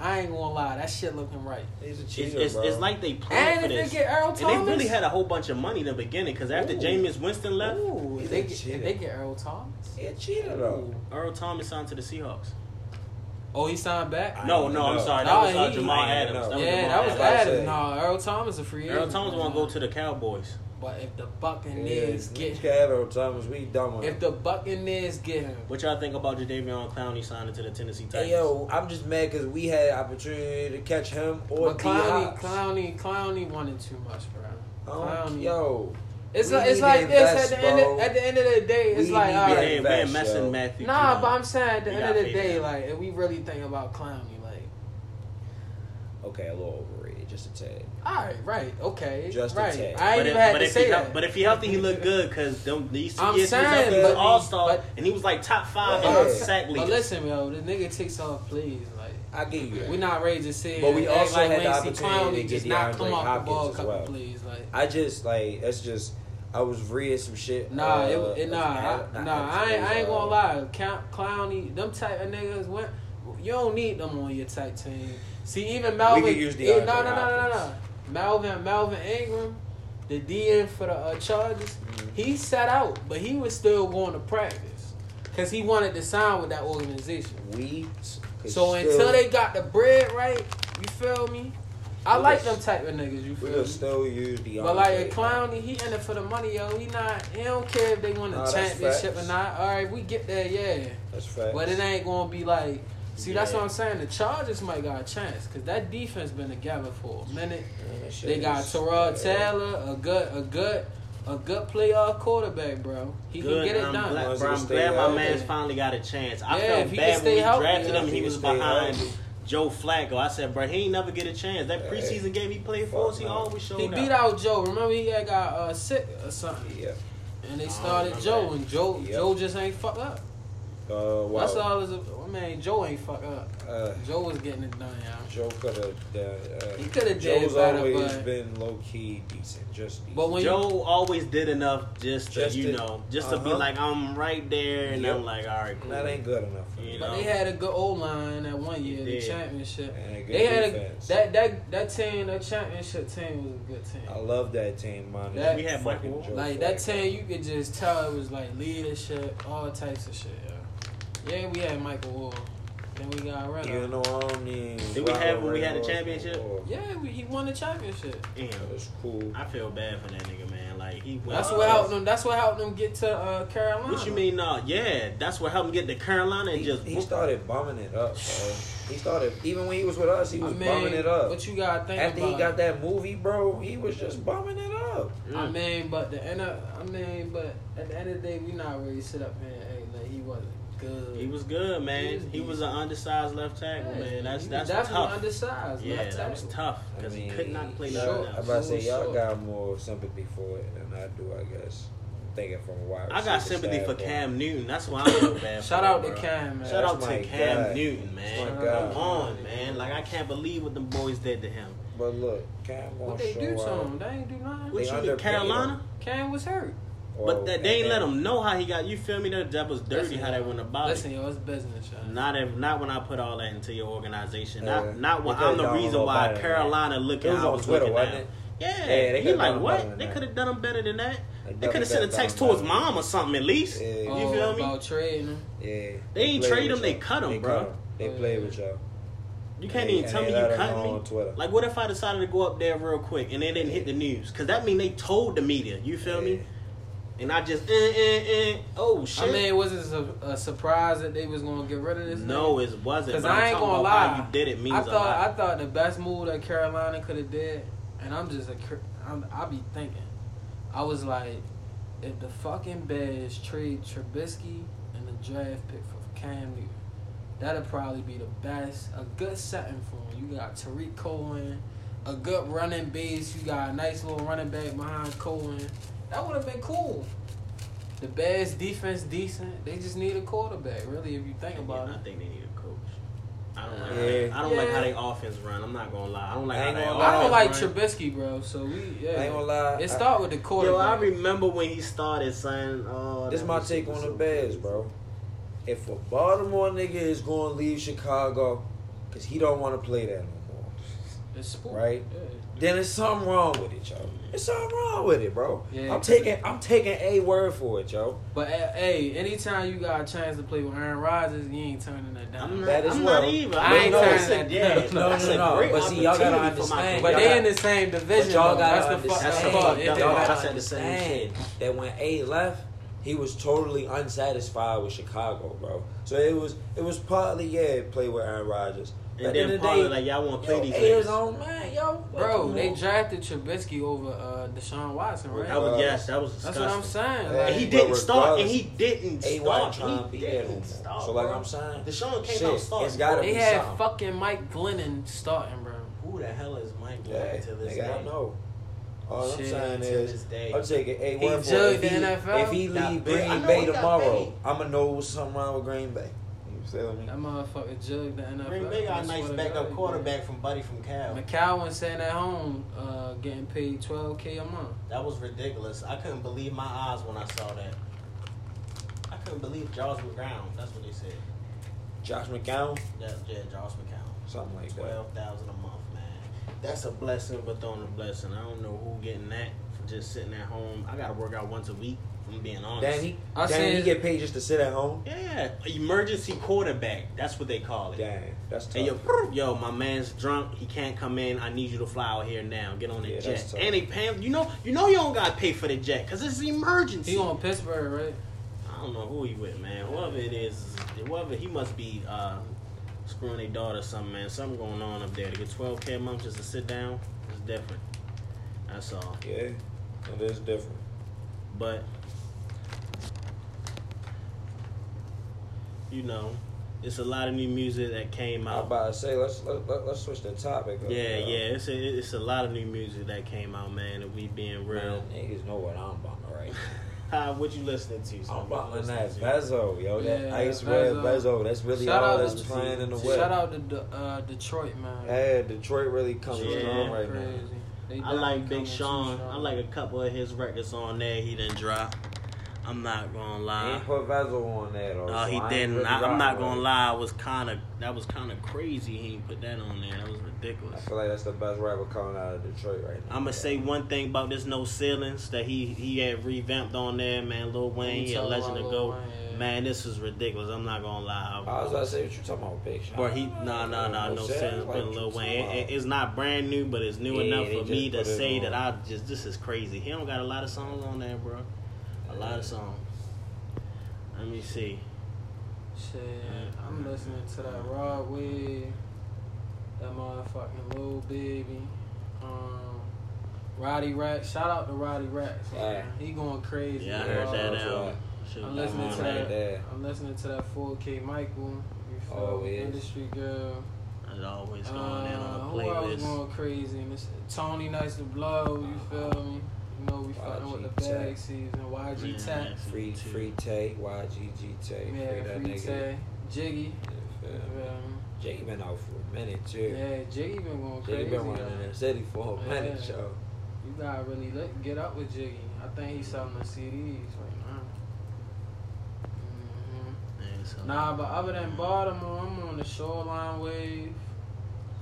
Speaker 3: I ain't gonna lie, that shit looking right.
Speaker 2: He's a
Speaker 1: It's,
Speaker 2: cheater,
Speaker 1: it's,
Speaker 2: bro.
Speaker 1: it's like they planned
Speaker 3: And
Speaker 1: for
Speaker 3: if
Speaker 1: this.
Speaker 3: they get Earl
Speaker 1: And
Speaker 3: Thomas,
Speaker 1: they really had a whole bunch of money in the beginning because after
Speaker 3: Ooh.
Speaker 1: Jameis Winston left,
Speaker 3: Ooh,
Speaker 2: He's
Speaker 3: they
Speaker 2: a
Speaker 3: get,
Speaker 2: cheater.
Speaker 3: if they get Earl Thomas.
Speaker 2: he a cheater though.
Speaker 1: Earl Thomas signed to the Seahawks.
Speaker 3: Oh, he signed back.
Speaker 2: I
Speaker 1: No,
Speaker 2: don't
Speaker 1: no, I'm
Speaker 2: know.
Speaker 1: sorry,
Speaker 3: Nah,
Speaker 1: that was uh,
Speaker 3: he-
Speaker 1: Jamal
Speaker 2: I don't
Speaker 1: Adams.
Speaker 2: know.
Speaker 1: That was
Speaker 3: yeah,
Speaker 1: Jamal
Speaker 3: that was
Speaker 1: Adams.
Speaker 2: Adams.
Speaker 3: Adams.
Speaker 2: That's it.
Speaker 3: No, Earl Thomas a free agent.
Speaker 1: Earl Thomas want to go to the Cowboys.
Speaker 3: But if the
Speaker 2: Yeah,
Speaker 3: Buccaneers
Speaker 2: we
Speaker 3: get him,
Speaker 2: cat on Thomas, we dumb.
Speaker 3: if the Buccaneers get him,
Speaker 1: What y'all think about Jadavion Clowney signing to the Tennessee Titans?
Speaker 2: Hey yo, I'm just mad because we had opportunity to catch him or
Speaker 3: but
Speaker 2: D
Speaker 3: Clowney,
Speaker 2: Hop.
Speaker 3: Clowney, Clowney wanted too much, bro. Clowney.
Speaker 2: Yo,
Speaker 3: It's
Speaker 2: We
Speaker 3: like, it's
Speaker 2: need to
Speaker 3: like this
Speaker 2: invest,
Speaker 3: at the end. Of,
Speaker 2: bro.
Speaker 3: at the end of the day, it's
Speaker 2: We
Speaker 3: like
Speaker 2: need
Speaker 3: all
Speaker 1: we
Speaker 2: to
Speaker 3: right.
Speaker 1: ain't, we
Speaker 2: Back
Speaker 1: ain't messing
Speaker 2: show.
Speaker 1: Matthew.
Speaker 3: Nah,
Speaker 1: Judon.
Speaker 3: but I'm saying at the
Speaker 1: We
Speaker 3: end
Speaker 1: got
Speaker 3: of the
Speaker 1: faith
Speaker 3: day,
Speaker 1: in him.
Speaker 3: like if we really think about Clowney, like
Speaker 2: okay, a little overrated, just a tad.
Speaker 3: all right, right, okay,
Speaker 2: Just a
Speaker 3: right.
Speaker 2: tad.
Speaker 3: I
Speaker 1: But if,
Speaker 3: ain't even had
Speaker 1: but
Speaker 3: to
Speaker 1: if
Speaker 3: say
Speaker 1: he,
Speaker 3: that.
Speaker 1: But if he healthy, he looked good because them these two years
Speaker 3: I'm
Speaker 1: he was
Speaker 3: saying,
Speaker 1: healthy, he was
Speaker 3: but-
Speaker 1: all star,
Speaker 3: but-
Speaker 1: and he was like top five
Speaker 2: Yeah.
Speaker 1: in sack
Speaker 3: but
Speaker 1: league.
Speaker 3: listen, yo, this nigga takes off, please, like.
Speaker 2: I get you. That.
Speaker 3: We're not ready to sit.
Speaker 2: But we
Speaker 3: here and act
Speaker 2: also
Speaker 3: like
Speaker 2: had
Speaker 3: we
Speaker 2: the
Speaker 3: ain't see
Speaker 2: opportunity
Speaker 3: Clowney
Speaker 2: to
Speaker 3: just
Speaker 2: get
Speaker 3: not
Speaker 2: DeAndre
Speaker 3: come off the
Speaker 2: Hopkins
Speaker 3: ball,
Speaker 2: as
Speaker 3: couple
Speaker 2: well.
Speaker 3: please. Like,
Speaker 2: I just like that's just. I was reading some shit.
Speaker 3: nah,
Speaker 2: uh,
Speaker 3: it, it, nah,
Speaker 2: not-
Speaker 3: I,
Speaker 2: not
Speaker 3: nah. I ain't, I ain't gonna
Speaker 2: uh,
Speaker 3: lie. Count Clowney, them type of niggas. What you don't need them on your type team. See, even Malvin.
Speaker 2: could use
Speaker 3: eh,
Speaker 2: DeAndre
Speaker 3: no, no, no, no, no.
Speaker 2: Hopkins.
Speaker 3: Malvin, Malvin Ingram, the DN for the uh, Chargers.
Speaker 2: Mm-hmm.
Speaker 3: He sat out, but he was still going to practice because he wanted to sign with that organization.
Speaker 2: uh, We. s- could
Speaker 3: So
Speaker 2: still-
Speaker 3: until they got the bread right, you feel me? I
Speaker 2: We
Speaker 3: like
Speaker 2: could-
Speaker 3: them type of niggas. You
Speaker 2: we
Speaker 3: feel
Speaker 2: could
Speaker 3: me?
Speaker 2: still use DeAndre.
Speaker 3: Mm-hmm. But like a clown, he in it for the money, yo. He not. He don't care if they win
Speaker 2: Nah,
Speaker 3: the
Speaker 2: that's
Speaker 3: championship or
Speaker 2: facts.
Speaker 3: not. All right, we get there, yeah.
Speaker 2: That's fact.
Speaker 3: But it ain't gonna be like See, that's
Speaker 2: Yeah.
Speaker 3: what I'm saying. The Chargers might got a chance because that defense been together for a minute.
Speaker 2: Man, that shit
Speaker 3: They got
Speaker 2: is-
Speaker 3: Terrell Taylor, a good, a good, a good playoff quarterback, bro. He
Speaker 1: Good,
Speaker 3: can get it
Speaker 1: I'm
Speaker 3: done.
Speaker 1: Glad,
Speaker 2: Once
Speaker 1: bro,
Speaker 2: he
Speaker 1: I'm
Speaker 2: stay
Speaker 1: glad my
Speaker 2: healthy.
Speaker 1: man's finally got a chance. I
Speaker 3: Yeah, if
Speaker 1: felt bad
Speaker 3: he can
Speaker 1: when we
Speaker 3: stay healthy,
Speaker 1: drafted
Speaker 3: yeah.
Speaker 1: him.
Speaker 2: If
Speaker 1: He
Speaker 2: he
Speaker 1: was
Speaker 2: can stay
Speaker 1: behind
Speaker 2: healthy.
Speaker 1: Joe Flacco. I said, bro, he ain't never get a chance. That
Speaker 2: Yeah.
Speaker 1: preseason game he played for
Speaker 2: Fuck
Speaker 1: us, he
Speaker 2: no.
Speaker 1: always showed
Speaker 3: He
Speaker 1: up.
Speaker 3: beat out Joe. Remember, he had got uh, sick or something,
Speaker 2: Yeah.
Speaker 3: and they
Speaker 6: don't
Speaker 3: started
Speaker 6: remember
Speaker 3: Joe,
Speaker 6: that.
Speaker 3: and Joe,
Speaker 2: Yeah.
Speaker 3: Joe just ain't fuck up.
Speaker 2: Uh, wow.
Speaker 3: That's all. Is a, man, Joe ain't fuck up.
Speaker 2: Uh,
Speaker 3: Joe was getting it done, y'all.
Speaker 2: Joe could have done. Uh,
Speaker 3: He coulda did
Speaker 2: Joe's
Speaker 3: better,
Speaker 2: always
Speaker 3: but-
Speaker 2: been low key decent, just decent.
Speaker 3: But when you
Speaker 1: Joe always did enough just to,
Speaker 2: Just
Speaker 1: you
Speaker 2: to-
Speaker 1: know, just to be
Speaker 2: uh-huh.
Speaker 1: like, I'm right there, and
Speaker 2: Yep.
Speaker 1: I'm like, all right, cool.
Speaker 2: that ain't good enough. For
Speaker 1: You
Speaker 2: me.
Speaker 1: know.
Speaker 3: But they had a good O line that one year, the
Speaker 1: did.
Speaker 3: championship.
Speaker 2: And a good
Speaker 3: they had
Speaker 2: defense.
Speaker 3: a that that that team, that championship team was a good team.
Speaker 2: I love that team, man.
Speaker 3: That-
Speaker 1: We had Michael Wolf.
Speaker 3: like that team, you could just tell it was like leadership, all types of shit. Yeah, yeah we had Michael Wolf, then we got Reynolds.
Speaker 2: You know, I don't need.
Speaker 1: Did we have when we had a
Speaker 2: Ronald
Speaker 1: championship?
Speaker 2: Reynolds.
Speaker 3: yeah, we, he won the championship.
Speaker 2: That
Speaker 1: Damn,
Speaker 2: was cool.
Speaker 1: I feel bad for that nigga, man. Like he went.
Speaker 3: That's what helped them. That's what helped them get to uh, Carolina.
Speaker 1: What you mean? No, yeah, that's what helped him get to Carolina and
Speaker 2: He,
Speaker 1: just.
Speaker 2: he started bumming it up, bro. He started even when he was with us, he
Speaker 3: I
Speaker 2: was
Speaker 3: mean,
Speaker 2: bumming it up.
Speaker 3: But you gotta think
Speaker 2: After
Speaker 3: about.
Speaker 2: he got that movie, bro, he was just bumming it up.
Speaker 1: Mm.
Speaker 3: I mean, but the end. Of, I mean, but at the end of the day, we not really sit up and hey, like he wasn't good.
Speaker 1: He was good,
Speaker 3: He
Speaker 1: man.
Speaker 3: was
Speaker 1: He was an undersized left tackle,
Speaker 3: Yeah,
Speaker 1: man. That's
Speaker 3: he
Speaker 1: that's
Speaker 3: definitely
Speaker 1: tough.
Speaker 3: undersized.
Speaker 1: Yeah,
Speaker 3: left
Speaker 1: that was
Speaker 3: tackle.
Speaker 1: tough
Speaker 2: I
Speaker 1: because he
Speaker 2: mean,
Speaker 1: could not play
Speaker 2: sure.
Speaker 1: nothing
Speaker 2: I'm
Speaker 1: else.
Speaker 2: about to say
Speaker 3: Sure,
Speaker 2: y'all
Speaker 3: sure.
Speaker 2: got more sympathy for it than I do, I guess. Thinking from a wide
Speaker 1: I got
Speaker 2: receiver
Speaker 1: sympathy for
Speaker 2: standpoint.
Speaker 1: Cam Newton. That's why I feel bad.
Speaker 3: Shout
Speaker 1: for
Speaker 3: out
Speaker 1: him,
Speaker 3: to
Speaker 1: bro.
Speaker 3: Cam, man.
Speaker 1: Shout out to
Speaker 2: That's my
Speaker 1: Cam
Speaker 2: guy.
Speaker 1: Newton,
Speaker 2: That's
Speaker 1: man.
Speaker 2: my
Speaker 1: Come
Speaker 2: guy.
Speaker 1: on, man. Like I can't believe what them boys did to him.
Speaker 2: But look, Cam
Speaker 3: What
Speaker 2: won't
Speaker 3: they
Speaker 2: show
Speaker 3: do to
Speaker 2: out.
Speaker 3: him? They ain't do nothing.
Speaker 1: What you mean,
Speaker 2: underpaid
Speaker 1: Carolina?
Speaker 3: Cam was hurt.
Speaker 2: Or-
Speaker 1: But that, they ain't
Speaker 2: and
Speaker 1: let
Speaker 2: then-
Speaker 1: him know how he got. You feel me? That that was dirty
Speaker 3: Listen,
Speaker 1: how that went about
Speaker 3: Listen,
Speaker 1: it.
Speaker 3: yo, it's business, y'all.
Speaker 1: Not if, not when I put all that into your organization.
Speaker 2: Yeah.
Speaker 1: Not not when
Speaker 2: They could've
Speaker 1: I'm the
Speaker 2: done a
Speaker 1: reason
Speaker 2: little
Speaker 1: why
Speaker 2: better than
Speaker 1: Carolina looking
Speaker 2: It was
Speaker 1: how
Speaker 2: on
Speaker 1: I was
Speaker 2: Twitter,
Speaker 1: looking
Speaker 2: wasn't
Speaker 1: at
Speaker 2: it?
Speaker 1: him. Yeah,
Speaker 2: Yeah, they
Speaker 1: he
Speaker 2: could've done
Speaker 1: like
Speaker 2: better than
Speaker 1: what? They
Speaker 2: that.
Speaker 1: could have done him better than that. They
Speaker 2: done
Speaker 1: could have
Speaker 2: better
Speaker 1: sent a
Speaker 2: than
Speaker 1: text
Speaker 2: that.
Speaker 1: to his mom or something at least.
Speaker 2: Yeah.
Speaker 1: You
Speaker 3: Oh,
Speaker 1: feel me?
Speaker 3: About trading him.
Speaker 2: Yeah,
Speaker 1: They ain't
Speaker 2: played
Speaker 1: trade
Speaker 2: with
Speaker 1: him, they
Speaker 2: y'all.
Speaker 1: cut him,
Speaker 2: They
Speaker 1: bro.
Speaker 2: cut him. They played with y'all.
Speaker 1: You can't
Speaker 2: Yeah,
Speaker 1: even
Speaker 2: and
Speaker 1: tell me
Speaker 2: they
Speaker 1: you
Speaker 2: let him
Speaker 1: cut
Speaker 2: know
Speaker 1: me.
Speaker 2: on Twitter.
Speaker 1: Like, what if I decided to go up there real quick and they didn't hit the news? Because that mean they told the media. You feel me? And I just, eh, eh, eh. oh
Speaker 3: I
Speaker 1: shit.
Speaker 3: mean, was it su- a surprise that they was gonna get rid of this?
Speaker 1: no, it wasn't.
Speaker 3: because
Speaker 1: But I'm
Speaker 3: I ain't
Speaker 1: talking
Speaker 3: gonna
Speaker 1: about
Speaker 3: lie.
Speaker 1: How you did it means
Speaker 3: I
Speaker 1: a lot.
Speaker 3: thought I thought the best move that Carolina could have did, and I'm just a, cur- I'm, I be thinking, I was like, if the fucking Bears trade Trubisky and the draft pick for Cam Newton, that'll probably be the best, a good setting for him. You got Tariq Cohen, a good running base. You got a nice little running back behind Cohen. That would have been cool. The Bears defense decent. They just need a quarterback, really, if you think about
Speaker 1: Yeah,
Speaker 3: it.
Speaker 1: I think they need a coach. I don't like. how
Speaker 2: Yeah.
Speaker 1: they- I don't like
Speaker 3: Yeah.
Speaker 1: how they offense run. I'm not gonna lie. I don't like
Speaker 2: I
Speaker 1: how
Speaker 2: ain't
Speaker 1: they
Speaker 2: gonna
Speaker 3: I don't
Speaker 1: offense
Speaker 3: like
Speaker 1: run.
Speaker 3: Trubisky, bro. So we yeah.
Speaker 2: I ain't gonna lie.
Speaker 3: It
Speaker 2: I-
Speaker 3: start with the
Speaker 1: Yo, I
Speaker 3: quarterback.
Speaker 1: remember when he started saying, "Oh,
Speaker 2: This
Speaker 1: that
Speaker 2: is my
Speaker 1: was-
Speaker 2: take
Speaker 1: was
Speaker 2: on the
Speaker 1: so
Speaker 2: Bears,
Speaker 1: crazy.
Speaker 2: bro. If a Baltimore nigga is going to leave Chicago because he don't want to play that no more,
Speaker 3: It's sport.
Speaker 2: Right.
Speaker 3: Yeah.
Speaker 2: then there's something wrong with it, yo. There's something wrong with it, bro.
Speaker 3: Yeah.
Speaker 2: I'm taking I'm taking a word for it, yo.
Speaker 3: But eh, hey, anytime you got a chance to play with Aaron Rodgers, you ain't turning that
Speaker 1: I'm
Speaker 3: down.
Speaker 1: not,
Speaker 2: That is
Speaker 1: I'm
Speaker 2: well.
Speaker 1: not even.
Speaker 3: I ain't
Speaker 1: know,
Speaker 3: turning
Speaker 1: it's a-
Speaker 3: that
Speaker 1: yeah,
Speaker 3: down.
Speaker 1: it's a-
Speaker 2: No,
Speaker 1: it's
Speaker 2: no,
Speaker 1: a
Speaker 2: no.
Speaker 1: great
Speaker 2: But see, y'all gotta
Speaker 1: opportunity for my
Speaker 2: understand.
Speaker 1: career.
Speaker 3: but
Speaker 2: y'all
Speaker 3: they
Speaker 2: got-
Speaker 3: in the same division.
Speaker 2: But y'all
Speaker 3: though.
Speaker 2: gotta
Speaker 3: That's the fuck.
Speaker 2: understand.
Speaker 3: That's the
Speaker 1: Y'all
Speaker 3: fuck.
Speaker 1: gotta
Speaker 3: Yeah,
Speaker 2: Y'all gotta
Speaker 1: I said the same
Speaker 2: understand that when A left, he was totally unsatisfied with Chicago, bro. So it was it was partly yeah, play with Aaron Rodgers. But
Speaker 1: And
Speaker 2: at the end
Speaker 1: then
Speaker 2: of the
Speaker 1: probably
Speaker 2: day,
Speaker 1: like y'all want to play
Speaker 2: yo,
Speaker 1: these
Speaker 2: A is
Speaker 1: niggas.
Speaker 2: on man, yo.
Speaker 3: Bro, they
Speaker 2: just
Speaker 3: drafted Trubisky over uh, Deshaun Watson, right?
Speaker 1: That was yes, that was
Speaker 3: That's
Speaker 1: disgusting.
Speaker 3: what I'm
Speaker 2: Yeah,
Speaker 3: saying.
Speaker 1: And
Speaker 3: Like,
Speaker 1: he
Speaker 2: But
Speaker 1: didn't start, and
Speaker 2: regardless,
Speaker 1: he didn't
Speaker 2: A
Speaker 1: start.
Speaker 2: trying to
Speaker 1: He
Speaker 2: be there no
Speaker 1: didn't
Speaker 2: more.
Speaker 1: start.
Speaker 2: So like
Speaker 1: bro.
Speaker 2: I'm saying,
Speaker 1: Deshaun came
Speaker 2: shit,
Speaker 1: out starting.
Speaker 2: it's gotta
Speaker 3: they
Speaker 2: be
Speaker 3: had
Speaker 2: something.
Speaker 3: fucking Mike Glennon starting, bro.
Speaker 1: Who the hell is Mike
Speaker 2: Yeah,
Speaker 1: Glennon to this
Speaker 2: nigga, I
Speaker 1: day?
Speaker 2: know. All
Speaker 3: Shit,
Speaker 2: I'm saying
Speaker 1: to
Speaker 2: is,
Speaker 1: this day.
Speaker 2: I'm taking a
Speaker 3: He
Speaker 2: word for
Speaker 3: jugged
Speaker 2: it. if
Speaker 3: the
Speaker 2: he,
Speaker 3: NFL.
Speaker 2: If he
Speaker 1: Got
Speaker 2: leave
Speaker 1: paid. I
Speaker 2: Green
Speaker 1: know
Speaker 2: Bay
Speaker 1: he got
Speaker 2: tomorrow,
Speaker 1: paid.
Speaker 2: I'ma know what's something wrong with Green Bay. You feel me?
Speaker 3: That motherfucker jugged the NFL.
Speaker 1: Green Bay got
Speaker 3: I
Speaker 1: a nice
Speaker 3: swear to God,
Speaker 1: backup
Speaker 3: yeah.
Speaker 1: quarterback from Buddy from Cal.
Speaker 3: McCowan sitting at home, uh, getting paid twelve k a month.
Speaker 1: That was ridiculous. I couldn't believe my eyes when I saw that. I couldn't believe Jaws McGown. That's what they said.
Speaker 2: Josh McCown,
Speaker 1: Yeah, yeah Jaws McGown.
Speaker 2: something like that.
Speaker 1: Twelve thousand a month, man. That's a blessing, but throwing a blessing. I don't know who getting that for just sitting at home. I gotta work out once a week. If I'm being honest.
Speaker 2: Damn, he,
Speaker 3: I
Speaker 2: damn, he
Speaker 3: seen-
Speaker 2: get paid just to sit at home.
Speaker 1: Yeah, emergency quarterback. That's what they call it.
Speaker 2: Damn, that's tough.
Speaker 1: Hey yo, yo, my man's drunk. He can't come in. I need you to fly out here now. Get on the
Speaker 2: Yeah, that's
Speaker 1: jet.
Speaker 2: tough.
Speaker 1: And they pay him. You know, you know, you don't gotta pay for the jet because it's an emergency.
Speaker 3: He on Pittsburgh, right?
Speaker 1: I don't know who he with, man. Whoever it is, whoever he must be uh, screwing their daughter or something, man. Something going on up there. To get 12K a month just to sit down is different. That's all.
Speaker 4: Yeah, it is different.
Speaker 1: But you know, it's a lot of new music that came
Speaker 4: I'm
Speaker 1: out.
Speaker 4: about to say let's let, let, let's switch the topic. up,
Speaker 1: yeah,
Speaker 4: you know?
Speaker 1: yeah, it's a, it's a lot of new music that came out, man. If we being real,
Speaker 2: Man, niggas know what I'm about to write.
Speaker 1: Hi, what you listening to? son?
Speaker 4: I'm about to
Speaker 1: What you
Speaker 4: that
Speaker 1: listening to?
Speaker 4: Bezo, yo. That
Speaker 3: Yeah,
Speaker 4: Oh, Ice Red
Speaker 3: Bezzo.
Speaker 4: Bezo. That's really
Speaker 3: Shout
Speaker 4: all
Speaker 3: out
Speaker 4: that's
Speaker 3: to-
Speaker 4: playing in the
Speaker 3: Shout
Speaker 4: web.
Speaker 3: out to De- uh, Detroit, man.
Speaker 4: Hey, Detroit really comes
Speaker 1: Yeah.
Speaker 4: strong right
Speaker 3: Crazy.
Speaker 4: now.
Speaker 3: They
Speaker 1: I
Speaker 3: definitely
Speaker 1: like
Speaker 3: coming
Speaker 1: Big
Speaker 3: too
Speaker 1: Sean.
Speaker 3: strong.
Speaker 1: I like a couple of his records on there. He didn't drop. I'm not gonna
Speaker 4: He
Speaker 1: lie.
Speaker 4: ain't put Bezo on that. though,
Speaker 1: No,
Speaker 4: so
Speaker 1: he
Speaker 4: I ain't
Speaker 1: didn't.
Speaker 4: really
Speaker 1: I, I'm not
Speaker 4: rocking
Speaker 1: gonna
Speaker 4: with
Speaker 1: lie. I was kind of that was kind of crazy. He ain't put that on there. That was
Speaker 4: it. I
Speaker 1: ridiculous.
Speaker 4: feel like that's the best rapper coming out of Detroit right now.
Speaker 1: I'm gonna say one thing about this No Ceilings that he he had revamped on there, man. Lil Wayne,
Speaker 3: We
Speaker 1: he a
Speaker 3: talking
Speaker 1: legend to
Speaker 3: about
Speaker 1: go.
Speaker 3: Lil Wayne, yeah.
Speaker 1: Man, this is ridiculous. I'm not gonna lie.
Speaker 4: I was about to say what you talking about, Big Sean.
Speaker 1: But he, nah, nah, nah, no sense. But Lil Wayne, it, it's not brand new, but it's new
Speaker 4: Yeah,
Speaker 1: enough
Speaker 4: they
Speaker 1: for
Speaker 4: just
Speaker 1: me to
Speaker 4: put it
Speaker 1: say
Speaker 4: on.
Speaker 1: that I just this is crazy. He don't got a lot of songs on there, bro. A lot of songs. Let me see.
Speaker 3: Shit, I'm listening to that Rod Wave, that motherfucking Lil Baby, um, Roddy Rack. Shout out to Roddy Rack. man.
Speaker 4: Yeah.
Speaker 3: He going crazy.
Speaker 1: Yeah, I
Speaker 3: bro.
Speaker 1: heard that
Speaker 4: that's
Speaker 1: album.
Speaker 4: right.
Speaker 1: Shit,
Speaker 3: I'm
Speaker 1: that
Speaker 3: listening
Speaker 1: one
Speaker 3: to
Speaker 1: right
Speaker 3: that.
Speaker 4: there.
Speaker 3: I'm listening to that 4K Michael. You feel
Speaker 4: Oh,
Speaker 3: me?
Speaker 4: yes.
Speaker 3: Industry girl.
Speaker 1: It's always going in
Speaker 3: Uh,
Speaker 1: on the
Speaker 3: who else
Speaker 1: playlist.
Speaker 3: going crazy? And it's Tony Nice to Blow. You feel me? You know we fucking with the
Speaker 4: YG Tech.
Speaker 3: bag season.
Speaker 1: Man,
Speaker 3: YG Tech.
Speaker 1: that's
Speaker 4: Free,
Speaker 1: too-
Speaker 4: free Tay, YGG Tay, free
Speaker 3: Yeah,
Speaker 4: that
Speaker 3: Free
Speaker 4: nigga.
Speaker 3: Tay. Jiggy.
Speaker 4: Yeah,
Speaker 3: You
Speaker 4: fam.
Speaker 3: feel me?
Speaker 4: Jay been out for a minute too.
Speaker 3: Yeah, Jiggy been going
Speaker 4: Jay
Speaker 3: crazy.
Speaker 4: been running
Speaker 3: though.
Speaker 4: in the city for a
Speaker 3: Yeah.
Speaker 4: minute, yo.
Speaker 3: You gotta really let, get up with Jiggy. I think he's selling the CDs right now. hmm
Speaker 1: Yeah, so-
Speaker 3: Nah, but other than Baltimore, I'm on the Shoreline Wave,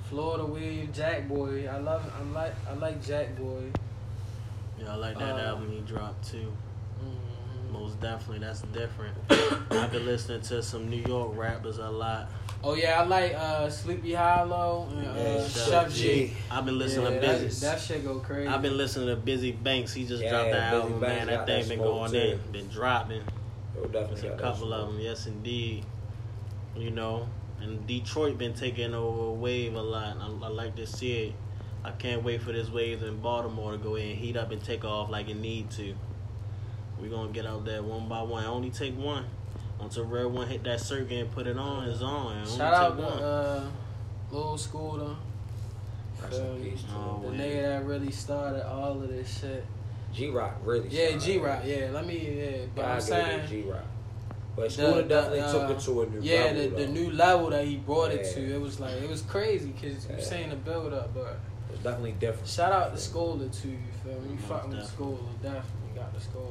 Speaker 3: Florida Wave, Jack Boy. I love, I like, I like Jack Boy.
Speaker 1: Yeah, I like that
Speaker 3: Uh,
Speaker 1: album he dropped too.
Speaker 3: hmm
Speaker 1: Most definitely, that's different. I've been listening to some New York rappers a lot.
Speaker 3: Oh yeah, I like uh, Sleepy Hollow and uh,
Speaker 1: Yeah,
Speaker 3: Chef G.
Speaker 1: I've been listening
Speaker 3: Yeah,
Speaker 1: to
Speaker 3: that,
Speaker 1: Busy.
Speaker 3: that shit go crazy.
Speaker 1: I've been listening to Busy Banks. He just
Speaker 4: Yeah,
Speaker 1: dropped the
Speaker 4: Busy
Speaker 1: album,
Speaker 4: Banks
Speaker 1: man. That
Speaker 4: got
Speaker 1: thing
Speaker 4: that
Speaker 1: been
Speaker 4: smoke,
Speaker 1: going
Speaker 4: too.
Speaker 1: in, been dropping.
Speaker 4: Yo, definitely
Speaker 1: There's a
Speaker 4: got that
Speaker 1: couple of
Speaker 4: smoke.
Speaker 1: them, yes indeed. You know, and Detroit been taking over a wave a lot. and I, I like to see it. I can't wait for this wave in Baltimore to go in, heat up, and take off like it need to. We're gonna get out there one by one. Only take one. Once a rare one hit that circuit and put it on, it's on. Only
Speaker 3: Shout out
Speaker 1: take
Speaker 3: to
Speaker 1: one.
Speaker 3: uh, Lil Scooter.
Speaker 4: Rest in peace to
Speaker 1: Oh,
Speaker 3: The
Speaker 1: man.
Speaker 3: nigga that really started all of this shit.
Speaker 4: G Rock really.
Speaker 3: Yeah,
Speaker 4: shot.
Speaker 3: G Rock. Yeah, let me. Yeah, but
Speaker 4: Gotta
Speaker 3: I'm
Speaker 4: give it to
Speaker 3: saying,
Speaker 4: G Rock. But
Speaker 3: The-
Speaker 4: Scooter
Speaker 3: the,
Speaker 4: definitely
Speaker 3: uh,
Speaker 4: took it to a new
Speaker 3: yeah,
Speaker 4: level.
Speaker 3: the, the
Speaker 4: though.
Speaker 3: new level that he brought it to,
Speaker 4: Yeah.
Speaker 3: it was like it was crazy because you
Speaker 4: Yeah.
Speaker 3: seen the build up. But
Speaker 4: It's definitely different.
Speaker 3: shout out to Scholar too. You feel me? You
Speaker 1: Most
Speaker 3: fucking with
Speaker 1: definitely.
Speaker 3: Scholar, definitely got the Scholar.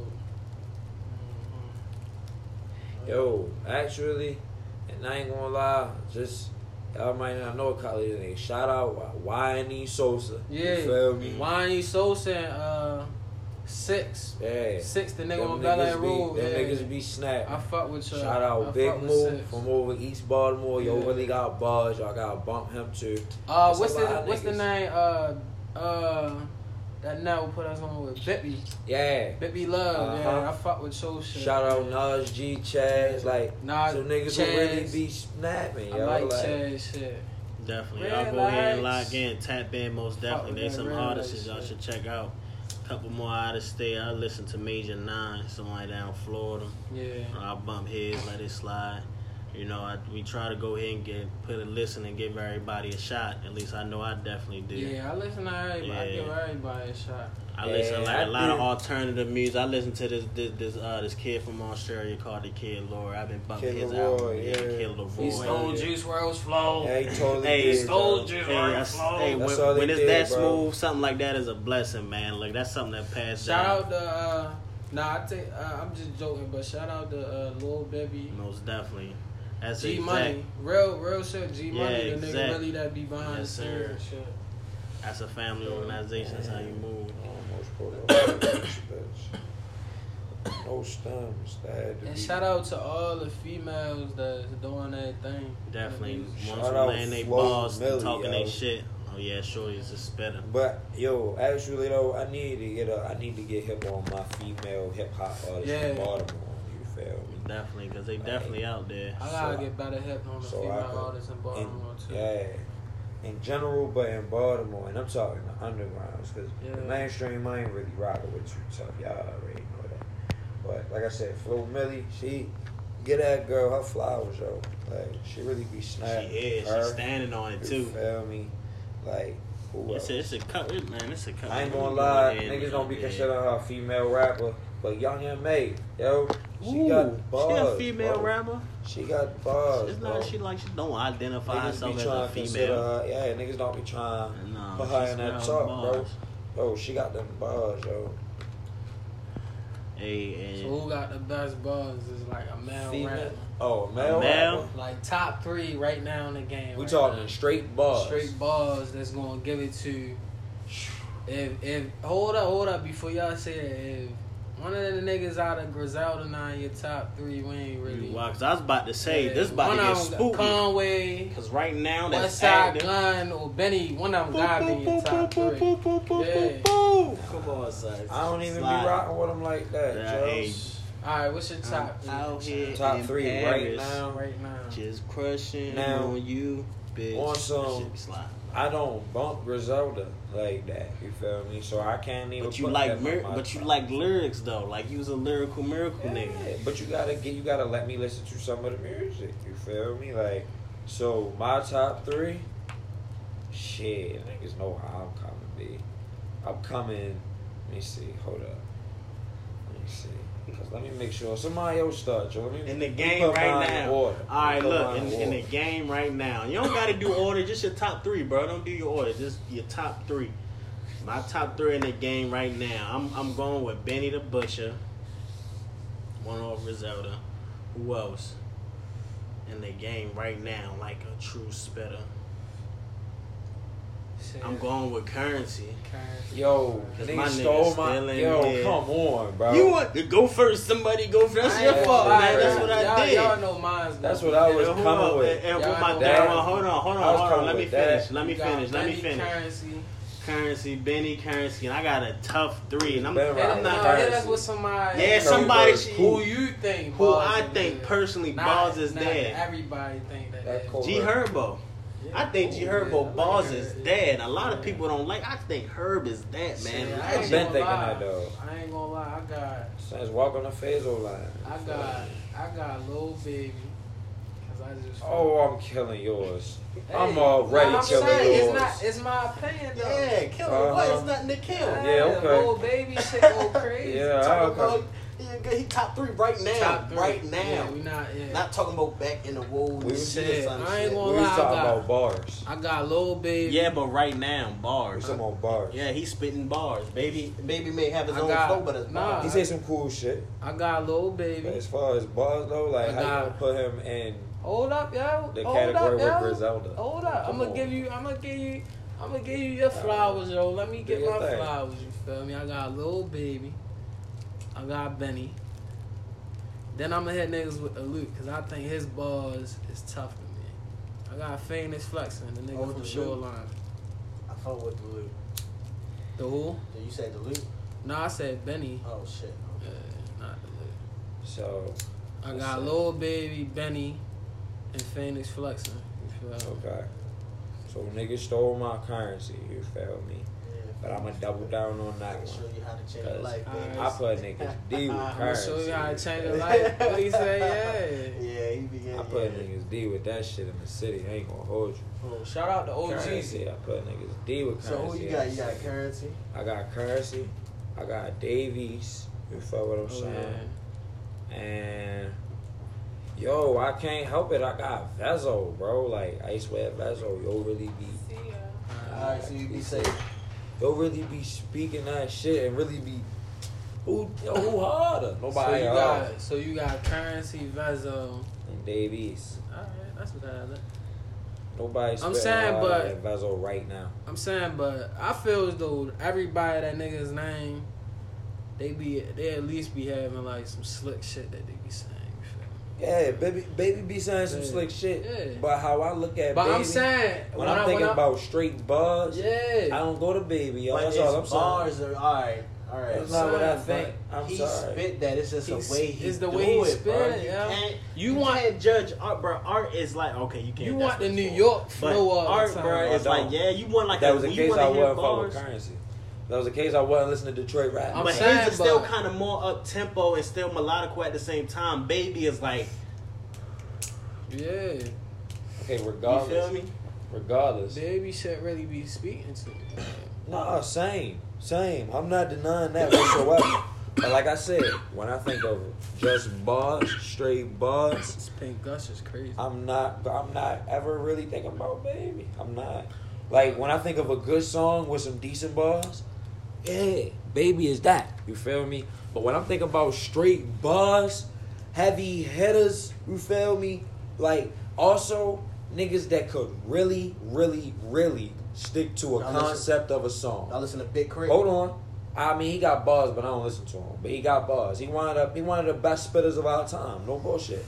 Speaker 3: Mhm.
Speaker 4: Yo, actually, and I ain't gonna lie, just y'all might not know a college nigga. Shout out Whiny E Sosa.
Speaker 3: Yeah.
Speaker 4: You feel me?
Speaker 3: Wine Sosa and uh, six,
Speaker 4: Yeah.
Speaker 3: six the
Speaker 4: Them
Speaker 3: nigga on Bel Air
Speaker 4: niggas be-
Speaker 3: Road.
Speaker 4: Them
Speaker 3: Yeah.
Speaker 4: niggas be snapped.
Speaker 3: I fuck with you.
Speaker 4: Shout
Speaker 3: I
Speaker 4: out
Speaker 3: fuck
Speaker 4: Big
Speaker 3: with
Speaker 4: Move
Speaker 3: Six.
Speaker 4: from over East Baltimore. Yo,
Speaker 3: Yeah.
Speaker 4: really got bars. Y'all gotta bump him too.
Speaker 3: Uh,
Speaker 4: It's a
Speaker 3: what's the
Speaker 4: lot of
Speaker 3: what's the
Speaker 4: niggas.
Speaker 3: name? Uh, uh, that now put us on with Bippy.
Speaker 4: Yeah.
Speaker 3: Bippy Love, yeah.
Speaker 4: Uh-huh.
Speaker 3: I fuck with your shit.
Speaker 4: Shout out Nas G, Chaz, like
Speaker 3: Nas,
Speaker 4: some niggas
Speaker 3: Chaz.
Speaker 4: who really be snapping,
Speaker 3: I
Speaker 4: yo.
Speaker 3: like,
Speaker 4: Like,
Speaker 3: Chaz shit.
Speaker 1: Definitely.
Speaker 3: Red
Speaker 1: y'all go ahead and
Speaker 3: lights.
Speaker 1: lock in, tap in most
Speaker 3: with
Speaker 1: definitely. They
Speaker 3: that
Speaker 1: some
Speaker 3: red
Speaker 1: artists
Speaker 3: light
Speaker 1: y'all
Speaker 3: shit.
Speaker 1: should check out. couple more out of state. I listen to Major Nine, somebody down in Florida.
Speaker 3: Yeah.
Speaker 1: I bump heads, let it slide. You know, I, we try to go ahead and get put a listen and give everybody a shot. At least I know I definitely do.
Speaker 3: Yeah, I listen to everybody. I
Speaker 1: Yeah.
Speaker 3: give everybody a shot.
Speaker 1: I listen
Speaker 4: Yeah,
Speaker 1: like a
Speaker 4: I
Speaker 1: lot of
Speaker 4: do.
Speaker 1: alternative music. I listen to this this this, uh, this kid from Australia called the Kid Lord. I've been bumping
Speaker 4: Kid
Speaker 1: his
Speaker 4: Leroy,
Speaker 1: album. Yeah,
Speaker 4: yeah.
Speaker 1: Kid Leroy.
Speaker 3: He stole
Speaker 4: yeah.
Speaker 3: Juice World's flow.
Speaker 4: Yeah, he totally
Speaker 1: Hey,
Speaker 4: did,
Speaker 3: stole
Speaker 4: dog.
Speaker 3: G-
Speaker 1: Hey, that's- hey,
Speaker 4: That's
Speaker 1: when,
Speaker 4: all they
Speaker 1: when it's
Speaker 4: did,
Speaker 1: that
Speaker 4: bro.
Speaker 1: smooth, something like that is a blessing, man. Like that's something that passed
Speaker 3: Shout
Speaker 1: down.
Speaker 3: out to uh, nah, I think uh, I'm just joking, but shout out to uh, Lil Baby,
Speaker 1: Most definitely. That's
Speaker 3: G
Speaker 1: exact-
Speaker 3: Money, real real shit. G
Speaker 1: Yeah,
Speaker 3: Money, the nigga
Speaker 1: exact.
Speaker 3: really that be behind
Speaker 1: Yes,
Speaker 3: the
Speaker 1: sir.
Speaker 3: scenes shit.
Speaker 1: That's a family organization. That's how you move.
Speaker 4: Almost pulled off this bitch. No stems. That had to
Speaker 3: And
Speaker 4: be-
Speaker 3: shout out to all the females that's doing that thing.
Speaker 1: Definitely.
Speaker 4: Shout
Speaker 1: Once
Speaker 4: out
Speaker 1: you land they
Speaker 4: Flo
Speaker 1: balls,
Speaker 4: Milli,
Speaker 1: talking
Speaker 4: yo.
Speaker 1: they shit. Oh yeah, sure, it's a spitter.
Speaker 4: But yo, actually though, I need to get a, I need to get hip on my female hip hop artist
Speaker 3: Yeah.
Speaker 4: from Baltimore. You feel me?
Speaker 1: Definitely, because they
Speaker 4: Like,
Speaker 1: definitely out there.
Speaker 3: I gotta
Speaker 4: So-
Speaker 3: get better help on the
Speaker 4: so I
Speaker 3: female
Speaker 4: could-
Speaker 3: artists in Baltimore too.
Speaker 4: in, yeah, in general, but in Baltimore, and I'm talking the undergrounds, because
Speaker 3: Yeah.
Speaker 4: the mainstream I ain't really rocking with too tough. Y'all already know that. But like I said, Flo Millie, she get that girl her flowers, yo. Like she really be
Speaker 1: She
Speaker 4: snapping.
Speaker 1: is.
Speaker 4: her,
Speaker 1: She's standing on it
Speaker 4: You
Speaker 1: too.
Speaker 4: feel me? Like who
Speaker 1: It's
Speaker 4: else?
Speaker 1: a, it's a cut, man. It's a cut.
Speaker 4: I ain't gonna lie,
Speaker 1: Yeah,
Speaker 4: niggas don't be
Speaker 1: yeah.
Speaker 4: considering her a female rapper, but Young and May, yo, she
Speaker 1: Ooh,
Speaker 4: got bars.
Speaker 1: She a female
Speaker 4: bro.
Speaker 1: rapper.
Speaker 4: She got bars.
Speaker 1: It's
Speaker 4: bro.
Speaker 1: not. She like she don't identify
Speaker 4: Niggas
Speaker 1: herself
Speaker 4: be
Speaker 1: as
Speaker 4: trying
Speaker 1: a
Speaker 4: to consider
Speaker 1: female.
Speaker 4: her. Yeah, niggas don't be trying.
Speaker 1: Nah,
Speaker 4: Put her
Speaker 1: she's
Speaker 4: in that
Speaker 1: around
Speaker 4: talk, bro.
Speaker 1: bars.
Speaker 4: Yo, she got them bars, yo.
Speaker 1: Hey,
Speaker 3: So who got the best buzz is like a male
Speaker 4: Female.
Speaker 3: rapper.
Speaker 4: Oh, male.
Speaker 1: Male?
Speaker 4: rapper.
Speaker 3: Like top three right now in the game.
Speaker 4: We
Speaker 3: right
Speaker 4: talking
Speaker 3: now.
Speaker 4: straight bars.
Speaker 3: straight bars that's gonna give it to. If if hold up hold up before y'all say that if one of the niggas out of Griselda nine your top three we ain't really.
Speaker 1: and wow, 'cause I was about to say this about
Speaker 3: one
Speaker 1: to get
Speaker 3: of 'em got
Speaker 1: spooky.
Speaker 3: Conway,
Speaker 1: Cause right now that's
Speaker 3: Westside
Speaker 1: active.
Speaker 3: Gun or Benny, one of them
Speaker 1: Boop,
Speaker 3: gotta be
Speaker 1: boop,
Speaker 3: in your
Speaker 1: boop,
Speaker 3: top
Speaker 1: boop,
Speaker 3: three.
Speaker 1: boop, boop, boop,
Speaker 3: Yeah.
Speaker 1: boop, boop. Come on, son.
Speaker 4: I don't even
Speaker 1: Slide.
Speaker 4: be rocking with them like that,
Speaker 1: Yeah,
Speaker 4: yo.
Speaker 1: hey,
Speaker 3: All right, what's your
Speaker 1: I'm
Speaker 3: top three?
Speaker 1: out here
Speaker 4: Top
Speaker 1: in
Speaker 4: three right
Speaker 1: Paris,
Speaker 4: now.
Speaker 3: right now.
Speaker 1: Just crushing
Speaker 4: Now,
Speaker 1: on you, bitch.
Speaker 4: on some-
Speaker 1: That shit be sliding.
Speaker 4: I don't bump Griselda like that. You feel me? So I can't even.
Speaker 1: But you
Speaker 4: put that
Speaker 1: like,
Speaker 4: in
Speaker 1: mir-
Speaker 4: my
Speaker 1: but you
Speaker 4: top.
Speaker 1: like lyrics though. Like you was a lyrical miracle nigga.
Speaker 4: Yeah, but you gotta get. You gotta let me listen to some of the music. You feel me? Like, so my top three. Shit, niggas know how I'm coming. B. I'm coming. Let me see. Hold up. Let me see. Cause let me make sure somebody else start. Joe. Let me
Speaker 1: In the
Speaker 4: let me
Speaker 1: game
Speaker 4: put
Speaker 1: right
Speaker 4: mine in
Speaker 1: now.
Speaker 4: order.
Speaker 1: All
Speaker 4: Let
Speaker 1: right,
Speaker 4: me put
Speaker 1: look,
Speaker 4: mine
Speaker 1: in,
Speaker 4: in
Speaker 1: in the
Speaker 4: order.
Speaker 1: game right now. You don't got to do order, just your top three, bro. Don't do your order, just your top three. My top three in the game right now. I'm I'm going with Benny the Butcher, one off Griselda. Who else in the game right now? Like a true spitter.
Speaker 3: Shit.
Speaker 1: I'm going with Currency.
Speaker 3: Currency.
Speaker 4: Yo,
Speaker 1: Cause
Speaker 4: nigga
Speaker 1: my nigga
Speaker 4: stole my.
Speaker 1: still in
Speaker 4: Yo,
Speaker 1: there.
Speaker 4: come on, bro.
Speaker 1: You want to go first? Somebody go first. That's
Speaker 3: I
Speaker 1: your
Speaker 3: ain't
Speaker 1: fault,
Speaker 3: gonna
Speaker 1: man.
Speaker 3: lie,
Speaker 1: That's
Speaker 3: y'all-
Speaker 1: what I
Speaker 3: y'all-
Speaker 1: did.
Speaker 3: Y'all know mine's
Speaker 4: That's
Speaker 3: gonna
Speaker 4: what I
Speaker 3: be
Speaker 1: Yeah,
Speaker 4: was
Speaker 3: that.
Speaker 1: hold
Speaker 4: coming
Speaker 1: on,
Speaker 4: with-
Speaker 1: and- and
Speaker 3: Y'all
Speaker 1: with my
Speaker 3: know
Speaker 1: dad,
Speaker 3: that.
Speaker 1: hold on, hold on,
Speaker 4: I was
Speaker 1: hold on.
Speaker 4: coming
Speaker 1: Let me
Speaker 4: with that.
Speaker 1: finish. Let me
Speaker 3: You got
Speaker 1: finish. Let me
Speaker 3: Benny
Speaker 1: finish.
Speaker 3: Currency.
Speaker 1: Currency, Benny Currency, and I got a tough three, and I'm,
Speaker 4: Ben
Speaker 1: and
Speaker 4: Right,
Speaker 3: Hit
Speaker 1: I'm
Speaker 3: us-
Speaker 1: not
Speaker 4: Rodman.
Speaker 3: no, hit
Speaker 4: Currency.
Speaker 3: us with somebody.
Speaker 1: yeah,
Speaker 4: Curry
Speaker 1: somebody
Speaker 4: versus
Speaker 1: she,
Speaker 3: Who
Speaker 1: who
Speaker 3: you think?
Speaker 1: who
Speaker 3: Boz
Speaker 1: I
Speaker 3: is
Speaker 1: think
Speaker 3: there?
Speaker 1: personally
Speaker 3: Not-
Speaker 1: Balls is
Speaker 3: not
Speaker 1: dead.
Speaker 3: Everybody think that.
Speaker 4: That
Speaker 3: is.
Speaker 4: cold.
Speaker 1: G Herbo,
Speaker 3: Yeah.
Speaker 1: I think G
Speaker 3: Oh,
Speaker 1: Herbo
Speaker 3: yeah, I like
Speaker 1: Balls
Speaker 3: her.
Speaker 1: is dead. A lot of
Speaker 3: Yeah.
Speaker 1: people don't like. I think Herb is dead, man.
Speaker 3: Shit, I
Speaker 4: I've
Speaker 3: ain't gonna
Speaker 4: been thinking
Speaker 3: lie.
Speaker 4: that, though.
Speaker 3: I ain't gonna lie. I got,
Speaker 4: Since walk on the Faisal line.
Speaker 3: I got, I got Lil Baby. Cause I just.
Speaker 4: Oh, I'm killing yours. I'm
Speaker 3: Hey,
Speaker 4: already
Speaker 3: no, I'm
Speaker 4: killing
Speaker 3: saying,
Speaker 4: yours.
Speaker 3: It's, not, it's my opinion though.
Speaker 1: yeah, kill him. What?
Speaker 4: Uh-huh.
Speaker 1: It's nothing to kill.
Speaker 3: Yeah,
Speaker 4: Yeah, okay.
Speaker 3: Lil Baby shit go crazy.
Speaker 4: Yeah,
Speaker 1: Talking
Speaker 4: okay.
Speaker 1: about- yeah, he top three right now,
Speaker 3: Top three.
Speaker 1: right now.
Speaker 3: Yeah, we not. Yeah.
Speaker 1: Not talking about back in the woods.
Speaker 4: We
Speaker 1: and
Speaker 4: was
Speaker 1: shit,
Speaker 3: saying,
Speaker 1: son,
Speaker 3: I ain't
Speaker 1: shit.
Speaker 4: we
Speaker 3: gonna
Speaker 4: was
Speaker 3: lie, I
Speaker 4: talking
Speaker 3: got-
Speaker 4: about bars.
Speaker 3: I got Lil Baby.
Speaker 1: Yeah, but right now
Speaker 4: We was
Speaker 1: bars.
Speaker 4: talking about bars.
Speaker 1: Yeah, he's spitting bars. Baby, baby may have his
Speaker 3: I
Speaker 1: own
Speaker 3: got-
Speaker 1: flow, but it's
Speaker 3: nah.
Speaker 1: bars.
Speaker 4: He said some cool shit.
Speaker 3: I got Lil Baby.
Speaker 4: But as far as bars though, like
Speaker 3: I
Speaker 4: how you
Speaker 3: got-
Speaker 4: gonna put him in
Speaker 3: Hold up, y'all.
Speaker 4: the
Speaker 3: Hold up,
Speaker 4: category
Speaker 3: y'all.
Speaker 4: with Griselda?
Speaker 3: Hold up. I'm
Speaker 4: Come
Speaker 3: gonna
Speaker 4: on.
Speaker 3: give you. I'm gonna give you. I'm gonna give you your flowers, yo. Let me
Speaker 4: Do
Speaker 3: get
Speaker 4: your
Speaker 3: my
Speaker 4: thing.
Speaker 3: flowers. You feel me? I got Lil Baby. I got Benny. Then I'm gonna hit niggas with Alute because I think his bars is tough to me. I got Famous Flexing, the nigga
Speaker 1: Oh,
Speaker 3: from
Speaker 1: Alute.
Speaker 3: Shoreline.
Speaker 1: I fuck with the loot.
Speaker 3: The who?
Speaker 1: You said the loot?
Speaker 3: No, I said Benny.
Speaker 1: Oh shit.
Speaker 3: Uh, not the Alute.
Speaker 4: So
Speaker 3: I
Speaker 4: That's
Speaker 3: got
Speaker 4: it.
Speaker 3: Lil Baby, Benny, and Phoenix Flexing. You feel me?
Speaker 4: okay. So niggas stole my currency, you feel me? But I'ma double down on that
Speaker 1: I'll show
Speaker 4: one.
Speaker 1: you how to change
Speaker 4: Cause
Speaker 1: your life, baby.
Speaker 4: I put niggas D with
Speaker 1: I'ma
Speaker 3: I'm gonna show
Speaker 4: currency.
Speaker 3: you how to change your life. What he say? Yeah.
Speaker 1: Yeah, he began.
Speaker 4: I put
Speaker 1: yeah.
Speaker 4: niggas D with that shit in the city. I ain't gonna hold you.
Speaker 3: Oh, Shout out to OG.
Speaker 4: Currency, I put niggas D with currency.
Speaker 1: So who you got? You got currency.
Speaker 4: I got currency. I got Davies. You feel what I'm
Speaker 3: Oh,
Speaker 4: saying? And yo, I can't help it. I got Vezo, bro. Like I swear, Vezo, you'll really be,
Speaker 1: All right, so you be safe.
Speaker 4: you'll really be speaking that shit and really be who who harder?
Speaker 3: So
Speaker 4: Nobody
Speaker 3: you
Speaker 4: harder
Speaker 3: got so you got currency Vezo.
Speaker 4: than Davies.
Speaker 3: Alright, that's what I like.
Speaker 4: Nobody. spitting
Speaker 3: saying,
Speaker 4: harder
Speaker 3: but-
Speaker 4: than Vezo right now.
Speaker 3: I'm saying, but I feel as though everybody that nigga's name, they be they at least be having like some slick shit that they be saying. you
Speaker 4: Yeah, baby, baby be saying some
Speaker 3: Yeah.
Speaker 4: slick shit.
Speaker 3: Yeah.
Speaker 4: But how I look at
Speaker 3: feel me? But
Speaker 4: baby,
Speaker 3: I'm saying
Speaker 4: when, I'm
Speaker 3: I-
Speaker 4: thinking
Speaker 3: I-
Speaker 4: about straight buzz,
Speaker 3: yeah,
Speaker 4: I don't go to baby. Yo,
Speaker 1: But
Speaker 4: that's
Speaker 1: it's
Speaker 4: all I'm saying.
Speaker 1: bars are all right. All right.
Speaker 2: That's not what I
Speaker 1: but
Speaker 2: think. I'm
Speaker 1: he
Speaker 2: sorry.
Speaker 1: spit that. It's just
Speaker 3: He's-
Speaker 1: the way he
Speaker 3: it's the
Speaker 1: do
Speaker 3: way he
Speaker 1: it, bro.
Speaker 3: spit it,
Speaker 1: You
Speaker 3: yeah.
Speaker 1: can't.
Speaker 4: You, want can't judge art, bro. Art is like okay, you can't.
Speaker 3: You
Speaker 4: that's
Speaker 3: want the
Speaker 4: what
Speaker 3: New
Speaker 4: it's for.
Speaker 3: York
Speaker 4: But
Speaker 3: flow
Speaker 1: uh,
Speaker 3: all
Speaker 4: art,
Speaker 3: the time.
Speaker 4: bro,
Speaker 2: I
Speaker 4: is like
Speaker 2: don't.
Speaker 4: yeah. You want like
Speaker 2: That
Speaker 4: a,
Speaker 2: was the
Speaker 4: you
Speaker 2: case
Speaker 4: want
Speaker 2: I
Speaker 4: to hear
Speaker 2: wasn't fucking with
Speaker 4: bars.
Speaker 2: currency. That was the case I wasn't listening to Detroit rap.
Speaker 3: I'm
Speaker 4: but
Speaker 3: saying,
Speaker 4: his is still
Speaker 3: but-
Speaker 4: kind of more up tempo and still melodic at the same time. Baby is like,
Speaker 3: Yeah,
Speaker 2: okay,
Speaker 4: you feel
Speaker 2: regardless.
Speaker 4: me?
Speaker 2: Regardless.
Speaker 3: baby should really be speaking to me.
Speaker 2: Nah, same, same. I'm not denying that whatsoever. but like I said, when I think of just bars, straight bars,
Speaker 3: This pink gush is crazy.
Speaker 2: I'm not. I'm not ever really thinking about baby. I'm not. Like when I think of a good song with some decent bars, yeah, baby is that. You feel me? But when I'm thinking about straight bars, heavy hitters, you feel me? Like also niggas that could really, really, really stick to a
Speaker 1: Now listen.
Speaker 2: concept of a song.
Speaker 1: I listen to Big Crit.
Speaker 2: Hold on. I mean, he got bars, but I don't listen to him. But he got bars. He wanted up. He one of the best spitters of our time. No bullshit.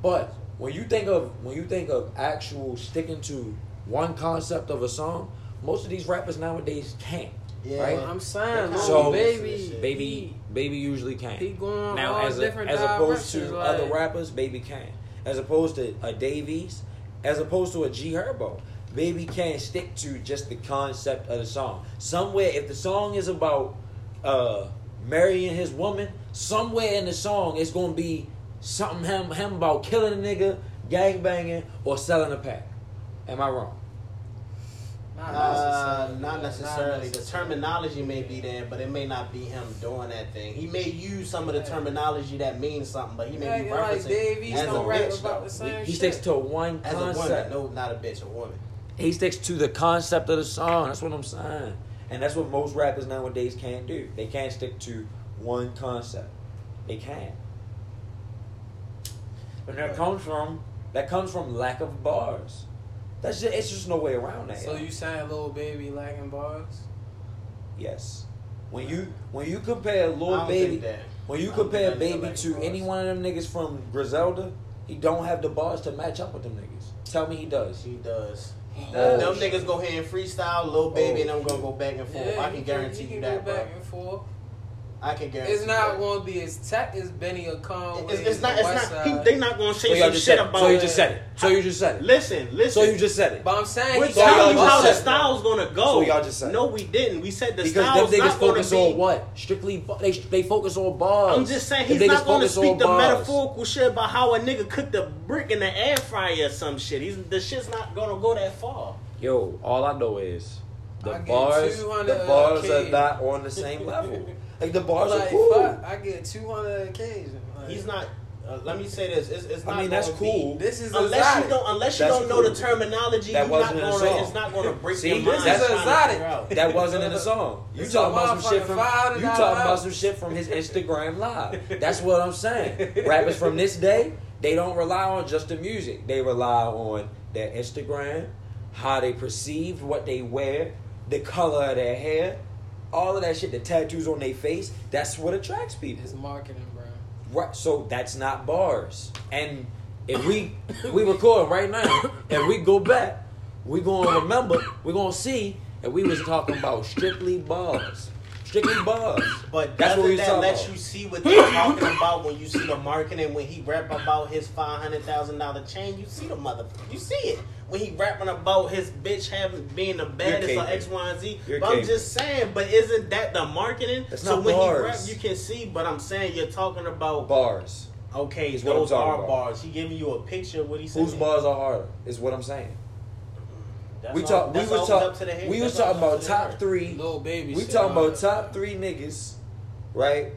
Speaker 2: But when you think of when you think of actual sticking to one concept of a song, most of these rappers nowadays can't.
Speaker 1: Yeah.
Speaker 2: Right?
Speaker 3: I'm saying,
Speaker 1: They
Speaker 3: little
Speaker 2: kinda
Speaker 1: listen to
Speaker 3: baby,
Speaker 1: shit.
Speaker 2: Baby, baby usually can't.
Speaker 3: He going
Speaker 2: now
Speaker 3: all
Speaker 2: as
Speaker 3: different
Speaker 2: a, as opposed to
Speaker 3: directions,
Speaker 2: other
Speaker 3: like-
Speaker 2: rappers, baby can. As opposed to a Davies, as opposed to a G Herbo, baby can stick to just the concept of the song. Somewhere, if the song is about uh, marrying his woman, somewhere in the song it's gonna be something him him about killing a nigga, gang banging, or selling a pack. Am I wrong?
Speaker 3: he, not
Speaker 1: Uh, not necessarily. The
Speaker 3: necessarily.
Speaker 1: terminology may be there, but it may not be him doing that thing. He may use some of the terminology that means something, but he may be
Speaker 3: Yeah, like
Speaker 1: referencing
Speaker 3: Davies
Speaker 1: as a
Speaker 3: don't rap
Speaker 1: bitch.
Speaker 3: about
Speaker 1: though.
Speaker 3: the same
Speaker 2: He
Speaker 3: shit.
Speaker 2: sticks to one
Speaker 1: As a
Speaker 2: concept.
Speaker 1: woman, no, not a bitch, a woman.
Speaker 2: He sticks to the concept of the song. That's what I'm saying. And that's what most rappers nowadays can't do. They can't stick to one concept. They can't. And that comes from that comes from lack of bars. That's just, it's just no way around that.
Speaker 3: So
Speaker 2: y'all.
Speaker 3: you saying little baby lacking bars?
Speaker 2: yes. When you when you compare
Speaker 1: I
Speaker 2: Lil
Speaker 1: don't
Speaker 2: Baby
Speaker 1: think that.
Speaker 2: when you
Speaker 1: I don't
Speaker 2: compare
Speaker 1: think that nigga
Speaker 2: Baby
Speaker 1: like
Speaker 2: to
Speaker 1: bars.
Speaker 2: any one of them niggas from Griselda, he don't have the bars to match up with them niggas. Tell me he does.
Speaker 1: She does.
Speaker 3: He
Speaker 2: Oh,
Speaker 1: them
Speaker 3: does.
Speaker 2: shit.
Speaker 1: niggas go ahead and freestyle, little baby, and I'm
Speaker 2: Oh, shit.
Speaker 1: gonna go back and forth.
Speaker 3: Yeah,
Speaker 1: I
Speaker 3: he
Speaker 1: can guarantee
Speaker 3: he
Speaker 1: you
Speaker 3: can
Speaker 1: that,
Speaker 3: go
Speaker 1: bro.
Speaker 3: back and forth.
Speaker 1: I can guarantee.
Speaker 3: It's not
Speaker 1: that.
Speaker 3: going to be as tech as Benny or Conway.
Speaker 4: It's, it's not. It's not. He, they not gonna say
Speaker 2: So y'all
Speaker 4: some
Speaker 2: just
Speaker 4: shit
Speaker 2: said it.
Speaker 4: about.
Speaker 2: So you just said it. So you just said it.
Speaker 4: Listen,
Speaker 2: So
Speaker 4: listen.
Speaker 2: you just said it.
Speaker 3: But I'm saying
Speaker 4: We're
Speaker 3: he
Speaker 2: So y'all
Speaker 4: telling you
Speaker 2: just
Speaker 4: how the
Speaker 2: said-
Speaker 4: style's gonna go.
Speaker 2: So y'all just said-
Speaker 4: no, we didn't. We said the
Speaker 2: Because
Speaker 4: style's
Speaker 2: them niggas
Speaker 4: not gonna
Speaker 2: focus
Speaker 4: be.
Speaker 2: on what? Strictly, bu- they they focus on bars.
Speaker 4: I'm just saying
Speaker 2: Them
Speaker 4: he's
Speaker 2: niggas
Speaker 4: not gonna
Speaker 2: focus on
Speaker 4: speak the
Speaker 2: bars.
Speaker 4: metaphorical shit about how a nigga cooked a brick in the air fryer or some shit. He's the shit's not gonna go that far.
Speaker 2: Yo, all I know is
Speaker 3: I
Speaker 2: the
Speaker 3: get
Speaker 2: bars,
Speaker 3: 200
Speaker 2: the bars
Speaker 3: a
Speaker 2: are
Speaker 3: kid.
Speaker 2: not on the same level. Like the bars are
Speaker 3: like,
Speaker 2: cool.
Speaker 3: fuck, I get 200 occasions. Like,
Speaker 4: He's
Speaker 3: he's
Speaker 4: not. Uh, let me say this. It's, it's
Speaker 2: I
Speaker 4: not
Speaker 2: mean, that's
Speaker 4: gonna
Speaker 2: cool.
Speaker 4: Be,
Speaker 3: this is
Speaker 4: unless
Speaker 3: exotic.
Speaker 4: you don't, unless you
Speaker 2: That's
Speaker 4: don't know the
Speaker 2: cool.
Speaker 4: terminology,
Speaker 2: That
Speaker 4: you're not
Speaker 2: wasn't in the
Speaker 4: gonna.
Speaker 2: song.
Speaker 4: It's not gonna break
Speaker 2: See,
Speaker 4: your mind.
Speaker 2: this is
Speaker 4: trying to
Speaker 3: exotic.
Speaker 4: figure out.
Speaker 2: That wasn't in the song. You
Speaker 3: It's
Speaker 2: talking
Speaker 3: a
Speaker 2: about some shit from
Speaker 3: motherfucking five to
Speaker 2: you
Speaker 3: nine
Speaker 2: talking about
Speaker 3: hours.
Speaker 2: some shit from his Instagram live. That's what I'm saying. Rappers from this day, they don't rely on just the music. They rely on their Instagram, how they perceive what they wear, the color of their hair, all of that shit, the tattoos on their face. That's what attracts people.
Speaker 3: it's marketing, bro.
Speaker 2: Right, so that's not bars. And if we we record right now, and we go back, we gonna remember, we gonna see that we was talking about strictly bars, strictly bars.
Speaker 1: But
Speaker 2: That's
Speaker 1: that's
Speaker 2: what we
Speaker 1: doesn't that
Speaker 2: was talking
Speaker 1: let
Speaker 2: about.
Speaker 1: you see what they're talking about when you see the marketing? When he rap about his five hundred thousand dollar chain, you see the mother, you see it. When he rapping about his bitch having being the baddest or
Speaker 2: caping.
Speaker 1: X, Y, and Z.
Speaker 2: You're
Speaker 1: but I'm
Speaker 2: caping.
Speaker 1: just saying, but isn't that the marketing?
Speaker 2: That's
Speaker 1: so
Speaker 2: not
Speaker 1: when
Speaker 2: bars.
Speaker 1: he rap, you can see. But I'm saying you're talking about
Speaker 2: Bars.
Speaker 1: okay,
Speaker 2: Is what I'm
Speaker 1: those
Speaker 2: talking
Speaker 1: are
Speaker 2: about.
Speaker 1: bars. He giving you a picture. of What he saying?
Speaker 2: Whose bars are harder? Is what I'm saying.
Speaker 1: That's
Speaker 2: We
Speaker 1: all-
Speaker 2: talk. We
Speaker 1: that's always
Speaker 2: was talk.
Speaker 1: up to the head.
Speaker 2: We was
Speaker 1: That's always
Speaker 2: talking
Speaker 1: up
Speaker 2: about
Speaker 1: to the
Speaker 2: top
Speaker 1: head.
Speaker 2: three.
Speaker 3: Little baby
Speaker 2: We
Speaker 3: shit,
Speaker 2: talking
Speaker 3: like
Speaker 2: about top three niggas, right?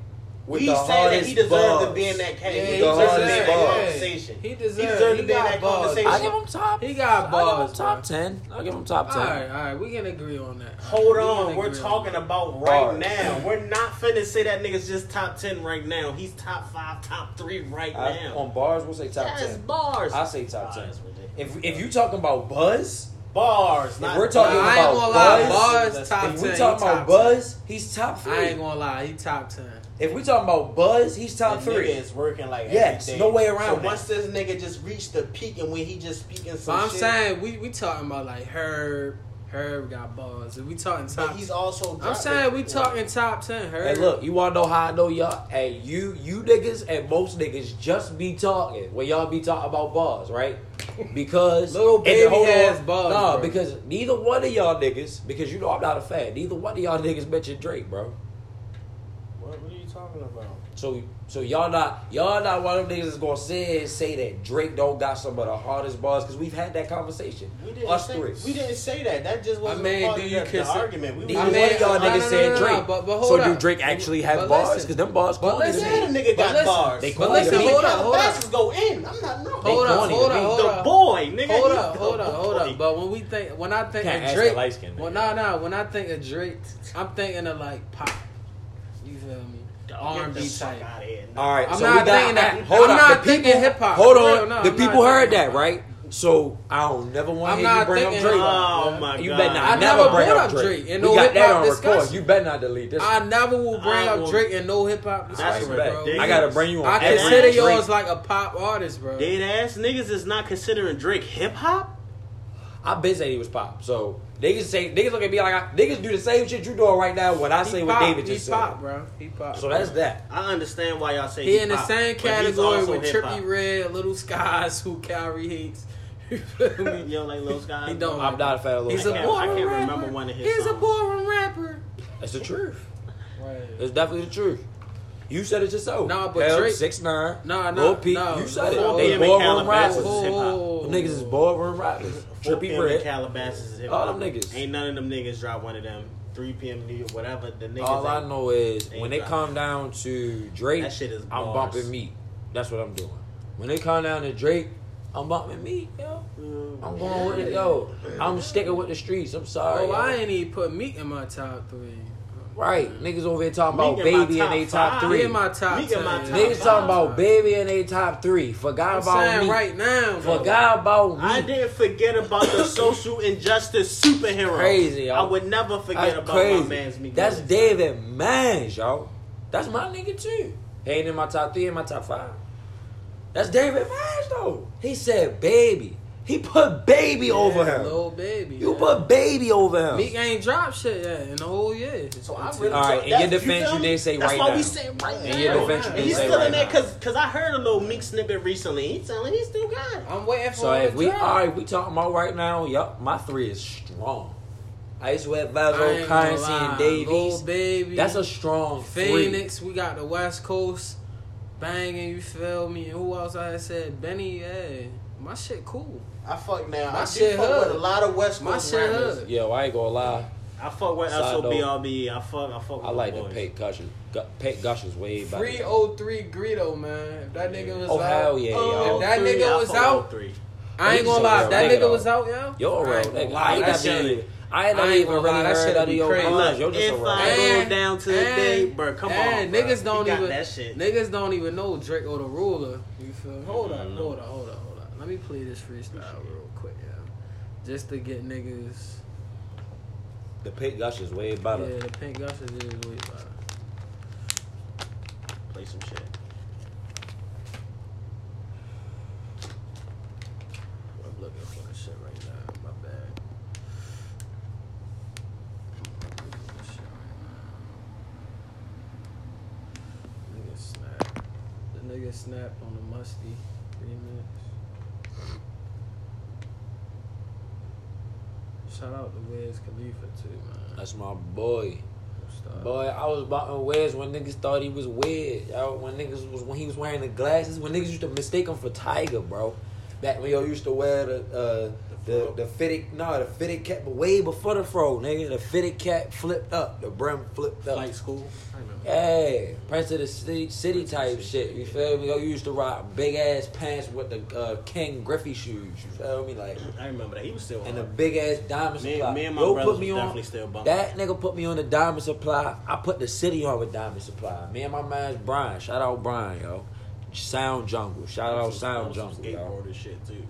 Speaker 2: With
Speaker 1: We
Speaker 2: the
Speaker 1: said that
Speaker 2: hardest
Speaker 1: uh, he deserved
Speaker 2: bars.
Speaker 1: to be in that
Speaker 3: Yeah,
Speaker 1: category.
Speaker 2: With
Speaker 1: he
Speaker 2: the
Speaker 1: deserved to be
Speaker 2: hardest
Speaker 1: in that
Speaker 2: bars.
Speaker 3: that.
Speaker 1: conversation.
Speaker 3: He deserved,
Speaker 1: He deserved
Speaker 3: he
Speaker 1: to be in
Speaker 3: got
Speaker 1: that
Speaker 3: bars.
Speaker 1: conversation.
Speaker 3: I
Speaker 7: I give him top.
Speaker 3: He got
Speaker 7: I give
Speaker 3: bars,
Speaker 7: him top
Speaker 3: bro.
Speaker 7: ten. I give him top
Speaker 3: All
Speaker 7: ten.
Speaker 3: right, all right, we can agree on that.
Speaker 4: Hold
Speaker 3: We can
Speaker 4: on,
Speaker 3: agree
Speaker 4: we're
Speaker 3: that.
Speaker 4: talking about right
Speaker 2: Bars.
Speaker 4: now. We're not finna say that nigga's just top ten right now. He's top five, top three right
Speaker 2: I,
Speaker 4: now.
Speaker 2: on bars, we'll say top
Speaker 4: That's
Speaker 2: ten.
Speaker 4: bars.
Speaker 2: I say top
Speaker 4: Ah,
Speaker 2: ten.
Speaker 4: that's ridiculous.
Speaker 2: If if you talking about buzz,
Speaker 4: bars, not
Speaker 2: we're
Speaker 3: Nah,
Speaker 2: talking
Speaker 3: I ain't gonna
Speaker 2: about
Speaker 3: lie,
Speaker 2: buzz.
Speaker 3: bars top
Speaker 2: if
Speaker 3: ten.
Speaker 2: we
Speaker 3: he
Speaker 2: talking
Speaker 3: top
Speaker 2: about buzz, he's top
Speaker 3: ten. I ain't
Speaker 2: three.
Speaker 3: gonna lie, he top ten.
Speaker 2: If we talking about buzz, he's top
Speaker 1: The
Speaker 2: three.
Speaker 1: Nigga is working like
Speaker 2: Yes,
Speaker 1: every day.
Speaker 2: no way
Speaker 1: So
Speaker 2: around.
Speaker 1: once
Speaker 2: that.
Speaker 1: this nigga just reached the peak and when he just speaking some
Speaker 3: But I'm
Speaker 1: shit,
Speaker 3: saying we we talking about like Herb, Herb got balls. If we talking
Speaker 8: But
Speaker 3: top,
Speaker 8: he's also.
Speaker 3: I'm
Speaker 8: dropping-
Speaker 3: saying we talking top ten.
Speaker 2: Hey,
Speaker 3: Herb.
Speaker 2: look, you wanna know how I know y'all? Hey, you, you niggas and most niggas just be talking when y'all be talking about bars, right? Because
Speaker 3: Little
Speaker 2: and
Speaker 3: baby
Speaker 2: hold on.
Speaker 3: ass bars,
Speaker 2: Nah,
Speaker 3: bro.
Speaker 2: because neither one of y'all niggas, because you know I'm not a fan. Neither one of y'all niggas mentioned Drake, bro.
Speaker 8: What, what are you talking about?
Speaker 2: So, so y'all not y'all not one of them niggas that's gonna say say that Drake don't got some of the hardest bars because we've had that conversation.
Speaker 8: We didn't
Speaker 2: Us
Speaker 8: say
Speaker 2: three.
Speaker 8: we didn't say that. That just wasn't
Speaker 3: I mean,
Speaker 8: a part
Speaker 3: do
Speaker 8: of
Speaker 3: you
Speaker 8: the, the
Speaker 3: consider-
Speaker 8: argument. We
Speaker 2: Neither
Speaker 3: I
Speaker 8: was
Speaker 2: one
Speaker 3: mean,
Speaker 2: of y'all
Speaker 8: talking
Speaker 3: no,
Speaker 8: about-
Speaker 2: niggas
Speaker 3: no, no,
Speaker 2: said
Speaker 3: no, no,
Speaker 2: Drake.
Speaker 3: but- but hold
Speaker 2: so do
Speaker 3: up.
Speaker 2: Drake actually
Speaker 3: But
Speaker 2: have
Speaker 3: listen.
Speaker 2: bars? Because them bars
Speaker 3: But
Speaker 2: corny to
Speaker 3: listen.
Speaker 2: me.
Speaker 8: Yeah, the nigga got
Speaker 3: But listen,
Speaker 8: bars.
Speaker 2: They
Speaker 3: but
Speaker 2: corny to
Speaker 3: listen,
Speaker 2: me.
Speaker 3: hold up, hold up.
Speaker 8: Passes go in. I'm not no.
Speaker 2: They
Speaker 3: Hold up,
Speaker 2: corny to
Speaker 3: hold
Speaker 2: me.
Speaker 3: up, hold
Speaker 8: the
Speaker 3: up.
Speaker 8: boy, nigga.
Speaker 3: Hold
Speaker 8: he
Speaker 3: up,
Speaker 8: the
Speaker 3: hold up, hold
Speaker 8: boy.
Speaker 3: up. But when we think, when I think
Speaker 2: Can't
Speaker 3: of
Speaker 2: ask
Speaker 3: Drake,
Speaker 2: that light-skinned
Speaker 3: well,
Speaker 2: nigga.
Speaker 3: no, no. When I think of Drake, I'm thinking of like pop. You feel me?
Speaker 8: Dog, get the
Speaker 3: R&B
Speaker 8: fuck
Speaker 3: type.
Speaker 8: outta here, nigga.
Speaker 2: All right,
Speaker 3: I'm
Speaker 2: so
Speaker 3: not
Speaker 2: we got,
Speaker 3: thinking that-
Speaker 2: I- Hold
Speaker 3: I'm
Speaker 2: on,
Speaker 3: not
Speaker 2: the people,
Speaker 3: thinking hip-hop.
Speaker 2: Hold
Speaker 3: For
Speaker 2: on,
Speaker 3: real, no,
Speaker 2: the
Speaker 3: I'm
Speaker 2: people
Speaker 3: not
Speaker 2: heard
Speaker 3: thinking
Speaker 2: that,
Speaker 3: hip-hop.
Speaker 2: right? So I don't never want to
Speaker 3: I'm
Speaker 2: hear you
Speaker 3: not
Speaker 2: bring up
Speaker 3: thinking
Speaker 2: Drake.
Speaker 3: hip-hop.
Speaker 8: Oh
Speaker 3: Yeah.
Speaker 8: my god.
Speaker 2: You better
Speaker 3: I
Speaker 2: not
Speaker 3: never
Speaker 2: never bring
Speaker 3: brought
Speaker 2: up
Speaker 3: up
Speaker 2: Drake.
Speaker 3: Drake in
Speaker 2: we
Speaker 3: no
Speaker 2: got that
Speaker 3: hip-hop
Speaker 2: on record.
Speaker 3: discussion.
Speaker 2: You better not delete this.
Speaker 3: I never will bring
Speaker 8: I
Speaker 3: up
Speaker 8: will-
Speaker 3: Drake and no hip hop
Speaker 8: That's
Speaker 3: discussion,
Speaker 8: correct.
Speaker 3: bro.
Speaker 8: They-
Speaker 2: I gotta bring you on.
Speaker 3: I
Speaker 2: every
Speaker 3: consider
Speaker 2: Drake.
Speaker 3: yours like a pop artist, bro.
Speaker 1: Dead ass niggas is not considering Drake hip hop.
Speaker 2: I been saying he was pop. So niggas say niggas look at me like I, niggas do the same shit you doing right now. What I
Speaker 3: He
Speaker 2: say, what
Speaker 3: pop,
Speaker 2: David
Speaker 3: he
Speaker 2: just said.
Speaker 3: pop, bro. He pop.
Speaker 2: So that's that.
Speaker 1: I understand why y'all say
Speaker 3: He
Speaker 1: hip
Speaker 3: in the
Speaker 1: hop,
Speaker 3: same
Speaker 1: but he's
Speaker 3: category
Speaker 1: also
Speaker 3: with
Speaker 1: hip hop.
Speaker 3: Trippy Red, Little Skies, who Kyrie hates. You feel me?
Speaker 1: Yo, like Lil Sky.
Speaker 3: He don't.
Speaker 2: I'm not a fan of Lil
Speaker 3: Oh He's
Speaker 2: He's
Speaker 3: a
Speaker 1: I
Speaker 3: boring
Speaker 1: can't- I can't
Speaker 3: rapper.
Speaker 1: remember one of his
Speaker 3: He's a
Speaker 1: songs.
Speaker 3: boring rapper.
Speaker 2: That's the truth.
Speaker 3: Right.
Speaker 2: It's definitely the truth. You said it yourself.
Speaker 3: Nah, but Drake-
Speaker 2: six nine.
Speaker 3: Nah, nah,
Speaker 2: Lil Peep,
Speaker 3: nah.
Speaker 2: you said
Speaker 3: Nah,
Speaker 2: it. They
Speaker 1: Lil Peep and
Speaker 2: ballroom
Speaker 1: Calabasas.
Speaker 2: rappers. Them niggas is ballroom rappers.
Speaker 1: 4
Speaker 2: Trippy
Speaker 1: p.m. in
Speaker 2: Red.
Speaker 1: Calabasas is hip
Speaker 2: All
Speaker 1: hop.
Speaker 2: them niggas.
Speaker 1: Ain't none of them niggas drop one of them. 3 p.m. New York, whatever. The niggas.
Speaker 2: All I
Speaker 1: ain't-
Speaker 2: know is
Speaker 1: Ain't
Speaker 2: when they
Speaker 1: drop.
Speaker 2: come down to Drake,
Speaker 1: That shit is
Speaker 2: I'm
Speaker 1: bars.
Speaker 2: bumping meat. That's what I'm doing. When they come down to Drake, I'm bumping meat, yo.
Speaker 1: Mm.
Speaker 2: I'm going with it, yo. I'm sticking with the streets. I'm sorry.
Speaker 3: Oh,
Speaker 2: yo.
Speaker 3: I ain't even put Meek in my top three.
Speaker 2: Right. Niggas over here talking about
Speaker 1: Meek in my
Speaker 2: baby in
Speaker 1: top
Speaker 2: they top
Speaker 1: five.
Speaker 2: three.
Speaker 3: He in my top
Speaker 1: Meek
Speaker 3: ten.
Speaker 1: in my top
Speaker 2: Niggas
Speaker 1: five.
Speaker 2: talking about baby in they top three. Forgot
Speaker 3: I'm
Speaker 2: about
Speaker 3: saying
Speaker 2: me.
Speaker 3: right now. though.
Speaker 2: Forgot about me.
Speaker 1: I didn't forget about the social injustice superhero.
Speaker 2: Crazy, yo.
Speaker 1: I would never forget
Speaker 2: That's
Speaker 1: about
Speaker 2: crazy.
Speaker 1: my man's Meek
Speaker 2: That's
Speaker 1: Mill.
Speaker 2: David Mans, yo. That's my nigga too. He ain't in my top three, in my top five. That's David Mans though. He said baby. He put baby over him.
Speaker 3: Lil baby.
Speaker 2: You
Speaker 3: yeah.
Speaker 2: put baby over him.
Speaker 3: Meek ain't dropped shit yet in the whole year.
Speaker 8: So I really.
Speaker 2: All right, in
Speaker 8: that's-
Speaker 2: your defense,
Speaker 8: feel
Speaker 2: you
Speaker 8: me?
Speaker 2: did say
Speaker 8: That's
Speaker 2: right
Speaker 8: why
Speaker 2: now.
Speaker 8: we said right
Speaker 2: In
Speaker 8: now.
Speaker 2: your defense, you
Speaker 8: And
Speaker 2: did
Speaker 8: he's
Speaker 2: say
Speaker 8: still
Speaker 2: right
Speaker 8: in there
Speaker 2: now.
Speaker 8: because because I heard a little Meek snippet recently. He's telling he still got it.
Speaker 3: I'm waiting for
Speaker 2: so
Speaker 3: him
Speaker 2: if
Speaker 3: to
Speaker 2: we
Speaker 3: drop.
Speaker 2: all right, we talking about right now. Yup, my three is strong. Ice Wet
Speaker 3: I
Speaker 2: Vazo,
Speaker 3: ain't gonna
Speaker 2: Currency,
Speaker 3: lie.
Speaker 2: and
Speaker 3: Lil
Speaker 2: Davies.
Speaker 3: baby.
Speaker 2: That's a strong three.
Speaker 3: Phoenix, we got the West Coast banging, you feel me? And who else I had said? Benny, yeah. My shit cool.
Speaker 8: I fuck now.
Speaker 3: My
Speaker 8: I
Speaker 3: shit
Speaker 8: shit fuck
Speaker 3: hood.
Speaker 8: with a lot of West
Speaker 3: My
Speaker 8: Coast
Speaker 3: shit
Speaker 8: rappers.
Speaker 3: hood.
Speaker 2: Yo, I ain't gonna lie.
Speaker 1: I fuck with
Speaker 2: Side
Speaker 1: SOBRB. I fuck. I fuck. With
Speaker 2: I like
Speaker 1: the
Speaker 2: the
Speaker 1: boys.
Speaker 2: Pate Gushers. Gu- Pate Gushers way better.
Speaker 3: 303 Greedo, man. If that nigga was
Speaker 2: Oh,
Speaker 3: out.
Speaker 2: hell yeah,
Speaker 3: oh,
Speaker 2: yo.
Speaker 3: If that
Speaker 1: Three,
Speaker 3: nigga
Speaker 1: I
Speaker 3: was
Speaker 1: fuck with
Speaker 3: out,
Speaker 1: three.
Speaker 3: I ain't
Speaker 2: He's a
Speaker 3: gonna lie. If
Speaker 2: real
Speaker 3: that
Speaker 2: nigga,
Speaker 3: nigga was
Speaker 2: though.
Speaker 3: out, yo.
Speaker 2: Yo,
Speaker 3: I
Speaker 2: real
Speaker 3: ain't gonna
Speaker 2: nigga.
Speaker 3: lie.
Speaker 2: I ain't
Speaker 3: That
Speaker 2: not
Speaker 3: shit.
Speaker 2: even. I ain't
Speaker 3: I
Speaker 2: not
Speaker 3: ain't
Speaker 2: even
Speaker 3: gonna
Speaker 2: really
Speaker 3: lie, that
Speaker 2: heard
Speaker 3: shit
Speaker 2: of
Speaker 3: be
Speaker 2: your
Speaker 3: crazy.
Speaker 2: rhymes.
Speaker 1: Look,
Speaker 2: Yo, just a
Speaker 1: if
Speaker 2: rapper.
Speaker 1: I
Speaker 3: And-
Speaker 1: go down to the
Speaker 3: and-
Speaker 1: day, bro, come
Speaker 3: and
Speaker 1: on, bruh.
Speaker 3: niggas don't
Speaker 1: He got
Speaker 3: even
Speaker 1: that shit.
Speaker 3: niggas don't even know Drake or the Ruler. You feel? me? Hold up, hold up, hold up, hold up. Let me play this freestyle real quick, yeah, just to get niggas.
Speaker 2: The Pate Gushers way
Speaker 3: Yeah,
Speaker 2: better.
Speaker 3: the pink gushers is way better.
Speaker 1: Play some shit.
Speaker 3: I'm looking for the shit right now. My bad. I'm looking for the shit right now. Nigga snap. The nigga snapped on the musty. Three minutes. Shout out to Wiz Khalifa too, man.
Speaker 2: That's my boy.
Speaker 3: Stop.
Speaker 2: Uh, Boy, I was bumping Wes when niggas thought he was weird. Yo, when niggas was when he was wearing the glasses, when niggas used to mistake him for Tiger, bro. Back when yo used to wear the uh, the the fitted no the fitted cap, but way before the fro, nigga. The fitted cap flipped up, the brim flipped up.
Speaker 1: Flight school.
Speaker 3: I remember.
Speaker 2: Hey, Prince of the City, city type shit. You feel me? Yo, you used to rock big ass pants with the uh, King Griffey shoes. You feel me? Like
Speaker 1: I remember that. He was still.
Speaker 2: and
Speaker 1: hard.
Speaker 2: the big ass diamond
Speaker 1: Me-
Speaker 2: supply.
Speaker 1: me and my
Speaker 2: Yo,
Speaker 1: brothers
Speaker 2: put me
Speaker 1: was
Speaker 2: on.
Speaker 1: definitely still bumping.
Speaker 2: that nigga put me on the diamond supply. I put the city on with diamond supply. Me and my man's Brian. Shout out Brian, yo. Sound Jungle. Shout out
Speaker 1: Some-
Speaker 2: Sound
Speaker 1: some
Speaker 2: Jungle, yo.
Speaker 1: Skateboarder shit too.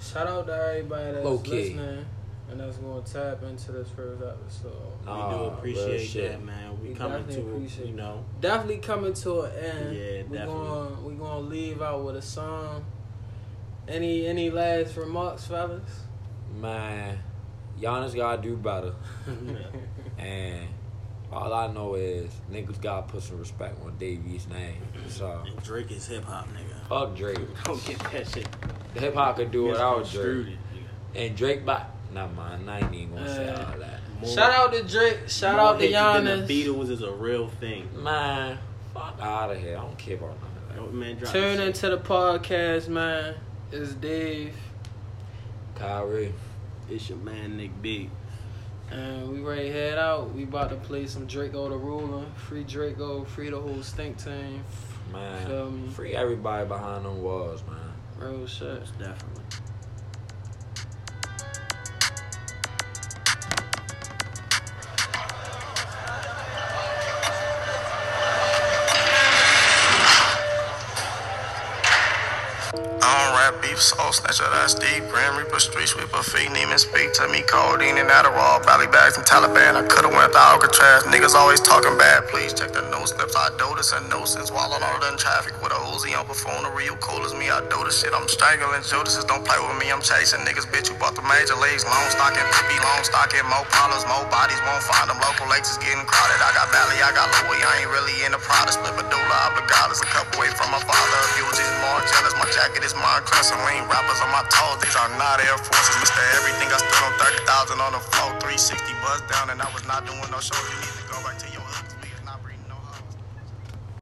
Speaker 3: Shout out to everybody that's
Speaker 2: Low key.
Speaker 3: listening and that's gonna tap into this first episode.
Speaker 2: Nah,
Speaker 1: we do
Speaker 2: real
Speaker 1: appreciate
Speaker 2: shit.
Speaker 1: that, man. We,
Speaker 3: We
Speaker 1: coming
Speaker 3: definitely
Speaker 1: to it,
Speaker 3: appreciate
Speaker 1: you
Speaker 3: it.
Speaker 1: know.
Speaker 3: definitely coming to an end.
Speaker 1: Yeah,
Speaker 3: we're
Speaker 1: definitely.
Speaker 3: going we're gonna leave out with a song. Any any last remarks, fellas?
Speaker 2: Man, Giannis gotta do better. And all I know is niggas gotta put some respect on Davies' name. So
Speaker 1: And Drake is hip hop, nigga.
Speaker 2: fuck Drake.
Speaker 1: Don't get that shit.
Speaker 2: Hip hop could do without Drake.
Speaker 1: misconstrued,
Speaker 2: And Drake by not mine, I ain't even gonna say all that.
Speaker 1: nigga. More-
Speaker 3: Shout out to Drake. Shout
Speaker 1: more
Speaker 3: out to
Speaker 1: hits than
Speaker 3: Giannis.
Speaker 1: The Beatles is a real thing.
Speaker 2: Man, fuck out of here. I don't care about none of that.
Speaker 1: Yo, Man, drop
Speaker 3: Tune
Speaker 1: this shit.
Speaker 3: into the podcast, man. It's Dave,
Speaker 2: Kyrie.
Speaker 1: It's your man Nick B.
Speaker 3: and we ready to head out. We about to play some Draco the Ruler, free Draco, free the whole stink team,
Speaker 2: Man,
Speaker 3: Feel me?
Speaker 2: free everybody behind them walls, man.
Speaker 3: real shit.
Speaker 1: Most definitely.
Speaker 9: I don't rap beef sauce, snatch out ass deep, Grand Reaper, street sweeper, feet, Neiman speak to me, codeine and Adderall, belly bags and Taliban. I coulda went to Alcatraz, niggas always talking bad. Please check the nose slips, I do this and no sense, while all that in traffic with a Uzi on perform the real cool as me. I do this shit, I'm strangling Judases, don't play with me, I'm chasing niggas, bitch. You bought the major leagues, long stocking, be long stocking, more problems, more bodies won't find them. Local lakes is getting crowded. I got Valley, I got Louis, I ain't really in the product, split medulla, obligatus, a couple away from my father, abuses more jealous. My jacket is my crescent, lean rappers on my toes. These are not Air Forces, Mr. Everything. I stood on 30,000 on the floor, 360 buzz down, and I was not doing no shows. You need to go back to your hood.